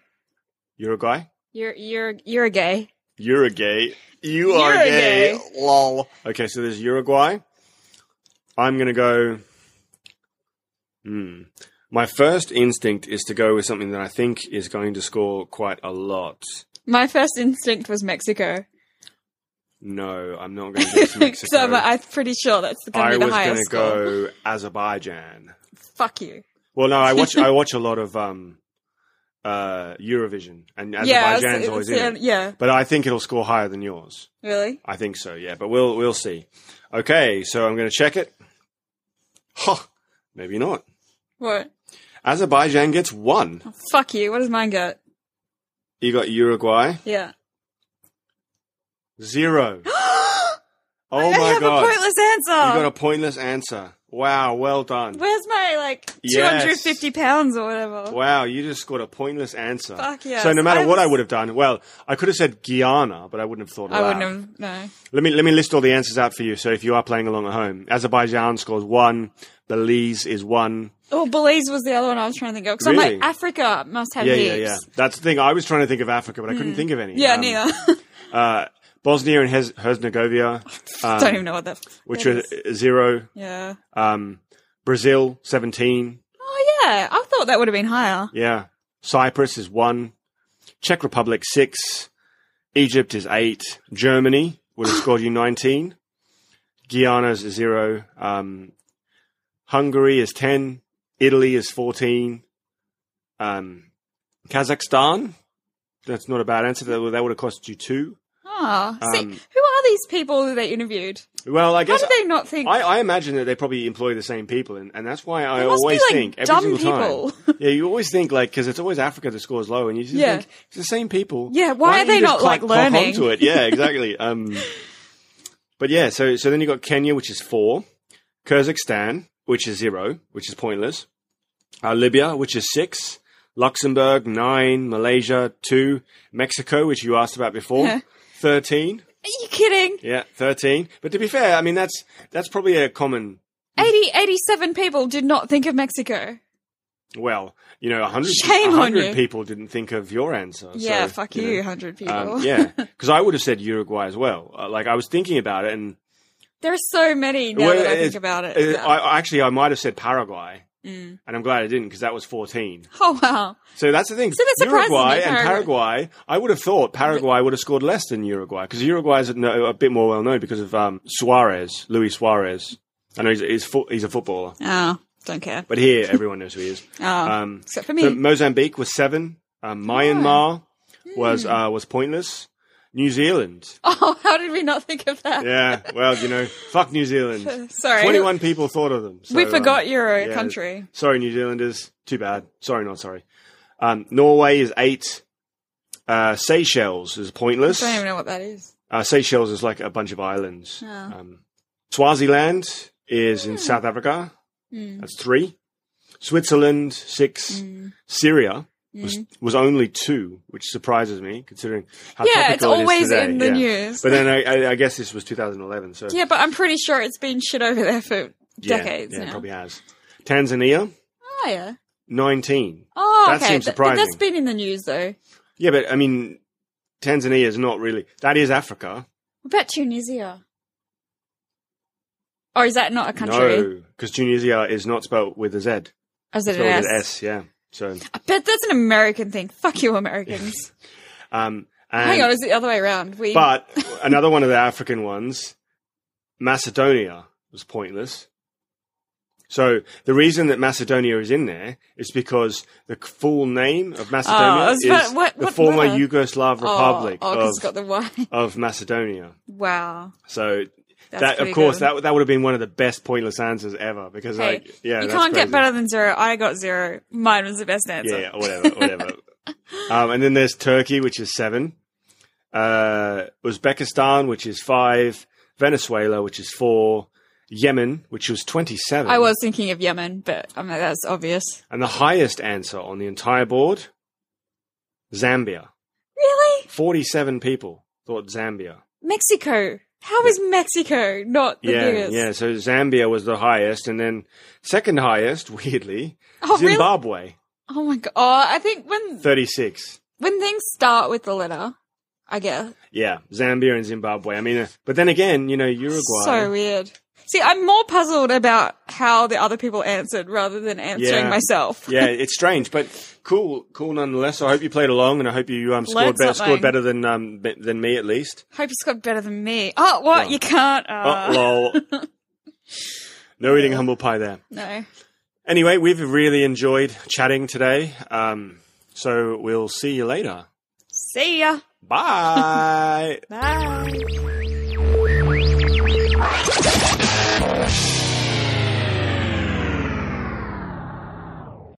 Uruguay.
You're you're you're a gay.
You're a gay. You
You're a gay.
Lol. Okay, so there's Uruguay. I'm gonna go. Hmm. My first instinct is to go with something that I think is going to score quite a lot.
My first instinct was Mexico.
No, I'm not going to go to Mexico.
so I'm, I'm pretty sure that's going
I
to be the
was
highest
going to go
score.
Azerbaijan.
Fuck you.
Well, no, I watch I watch a lot of um, uh, Eurovision, and
yeah,
Azerbaijan's
it's-
always
it's-
in. It.
yeah,
But I think it'll score higher than yours.
really.
I think so, yeah. But we'll we'll see. Okay, so I'm going to check it. Huh, maybe not.
What? Oh,
Azerbaijan gets one.
Fuck you. What does mine get?
You got Uruguay
Yeah.
zero. Oh
I
my
have a
god! You
pointless answer.
got a pointless answer. Wow, well done.
Where's my like two
Yes.
hundred fifty pounds or whatever?
Wow, you just scored a pointless answer.
Fuck yes.
So no matter
I
what I
was-
would have done, well, I could have said Guyana, but I wouldn't have thought of
I
that.
wouldn't have. No.
Let me let me list all the answers out for you. So if you are playing along at home, Azerbaijan scores one, Belize is one.
Oh, Belize was the other one I was trying to think of. Because I'm
Really?
like, Africa must have
Yeah,
heaps.
yeah, yeah. That's the thing. I was trying to think of Africa, but I couldn't think of any.
Hmm. Yeah,
Um,
neither.
Uh, Bosnia and Hez- Herzegovina,
Oh,
um,
Don't even know what that.
which
that
was
is.
zero.
Yeah.
Um, Brazil seventeen.
Oh yeah, I thought that would have been higher.
Yeah. Cyprus is one. Czech Republic six. Egypt is eight. Germany would have scored you nineteen. Guyana's zero. Um, Hungary is ten. Italy is fourteen. Um, Kazakhstan. That's not a bad answer. That would, that would have cost you two.
Ah, see,
Um,
who are these people that they interviewed?
Well, I
How
guess
did they not think?
I, I imagine that they probably employ the same people, and, and that's why I
They must be,
always
like,
think every
dumb
single
people.
time. Yeah, you always think like because it's always Africa that scores low, and you just
Yeah.
think it's the same people.
Yeah, why
don't
are they
you just
not,
clock-
like,
clock
learning?
onto it? Yeah, exactly. um, but yeah, so so then you got Kenya, which is four, Kazakhstan, which is zero, which is pointless, uh, Libya, which is six. Luxembourg, nine, Malaysia, two, Mexico, which you asked about before,
Yeah.
13.
are you kidding?
Yeah, 13. But to be fair, I mean, that's, that's probably a common
80, 87 people did not think of Mexico.
Well, you know, 100,
Shame on
100
you.
people didn't think of your answer.
yeah,
so,
fuck
you
you,
know.
hundred people.
Um, yeah, because I would have said Uruguay as well. Uh, like I was thinking about it, and
there are so many now
Well,
that I think
it's-
about it.
uh,
Yeah.
I, actually I might have said Paraguay,
Mm.
and I'm glad I didn't because that was 14.
Oh wow,
So that's the thing.
So that's surprising
Uruguay
that
and Paraguay. I would have thought Paraguay would have scored less than Uruguay because Uruguay is a, no- a bit more well known because of um, Suarez, Luis Suarez. I know he's he's, fo- he's a footballer,
oh, don't care.
but here everyone knows who he is.
Oh,
Um,
except for me.
So Mozambique was seven. Um, Myanmar
Hmm.
was uh, was pointless. New Zealand.
oh, how did we not think of that?
Yeah, well, you know, fuck New Zealand.
Sorry,
Twenty-one people thought of them. so,
we
um,
forgot you're a
yeah.
country.
Sorry, New Zealanders. Too bad. Sorry, not sorry. Um, Norway is eight. Uh, Seychelles is
I
pointless.
don't even know what that is.
Uh, Seychelles is like a bunch of islands.
Oh. Hmm.
Um, Swaziland is in South Africa.
Mm.
That's three. Switzerland six.
Mm.
Syria was,
Mm.
was only two, which surprises me considering how
Yeah,
topical
it's
it is
always
today.
in the
yeah.
news.
But then I, I, I guess this was 2011, so
yeah, but I'm pretty sure it's been shit over there for
yeah,
decades
Yeah, it
now.
probably has. Tanzania,
Oh yeah.
19.
Oh,
That
okay.
seems
Th- but that's
surprising.
been in the news though.
Yeah, but I mean, Tanzania is not really. That is Africa.
What about Tunisia? Or is that not a country?
No, because Tunisia is not spelled with a Z. It's
Or is it an
spelled with
S? Oh,
an S, yeah. So,
I bet that's an American thing. Fuck you, Americans.
um, and,
Hang on, it's the other way around. We
But another one of the African ones, Macedonia, was pointless. So the reason that Macedonia is in there is because the c- full name of Macedonia
Oh, I
is
was about- what-
the
what
former
were?
Yugoslav Republic
Oh, because it's
of,
got the Y.
of Macedonia.
Wow.
So
That's
that, of
pretty
course,
good.
that that would have been one of the best pointless answers ever because,
Hey,
like, yeah,
you
that's
can't
crazy.
get better than zero. I got zero. Mine was the best answer.
Yeah, yeah, whatever, whatever. um, and then there's Turkey, which is seven. Uh, Uzbekistan, which is five. Venezuela, which is four. Yemen, which was twenty-seven.
I was thinking of Yemen, but I'm like, that's obvious.
And the highest answer on the entire board, Zambia.
Really?
Forty-seven people thought Zambia.
Mexico. How is Mexico not the
yeah,
biggest?
yeah. So Zambia was the highest, and then second highest, weirdly,
Oh, really?
Zimbabwe,
Oh my god. Oh, I think when
thirty-six.
when things start with the letter, I guess.
Yeah, Zambia and Zimbabwe. I mean, uh, but then again, you know, Uruguay.
So weird. See, I'm more puzzled about how the other people answered rather than answering
Yeah.
myself.
yeah, it's strange, but cool, cool nonetheless. I hope you played along, and I hope you um, scored
Learned
better,
something.
scored better than um, be- than me at least.
Hope you scored better than me. Oh, what?
Wow.
You can't. Uh,
oh, lol. no eating humble pie there.
No.
Anyway, we've really enjoyed chatting today. Um, so we'll see you later.
See ya.
Bye.
Bye.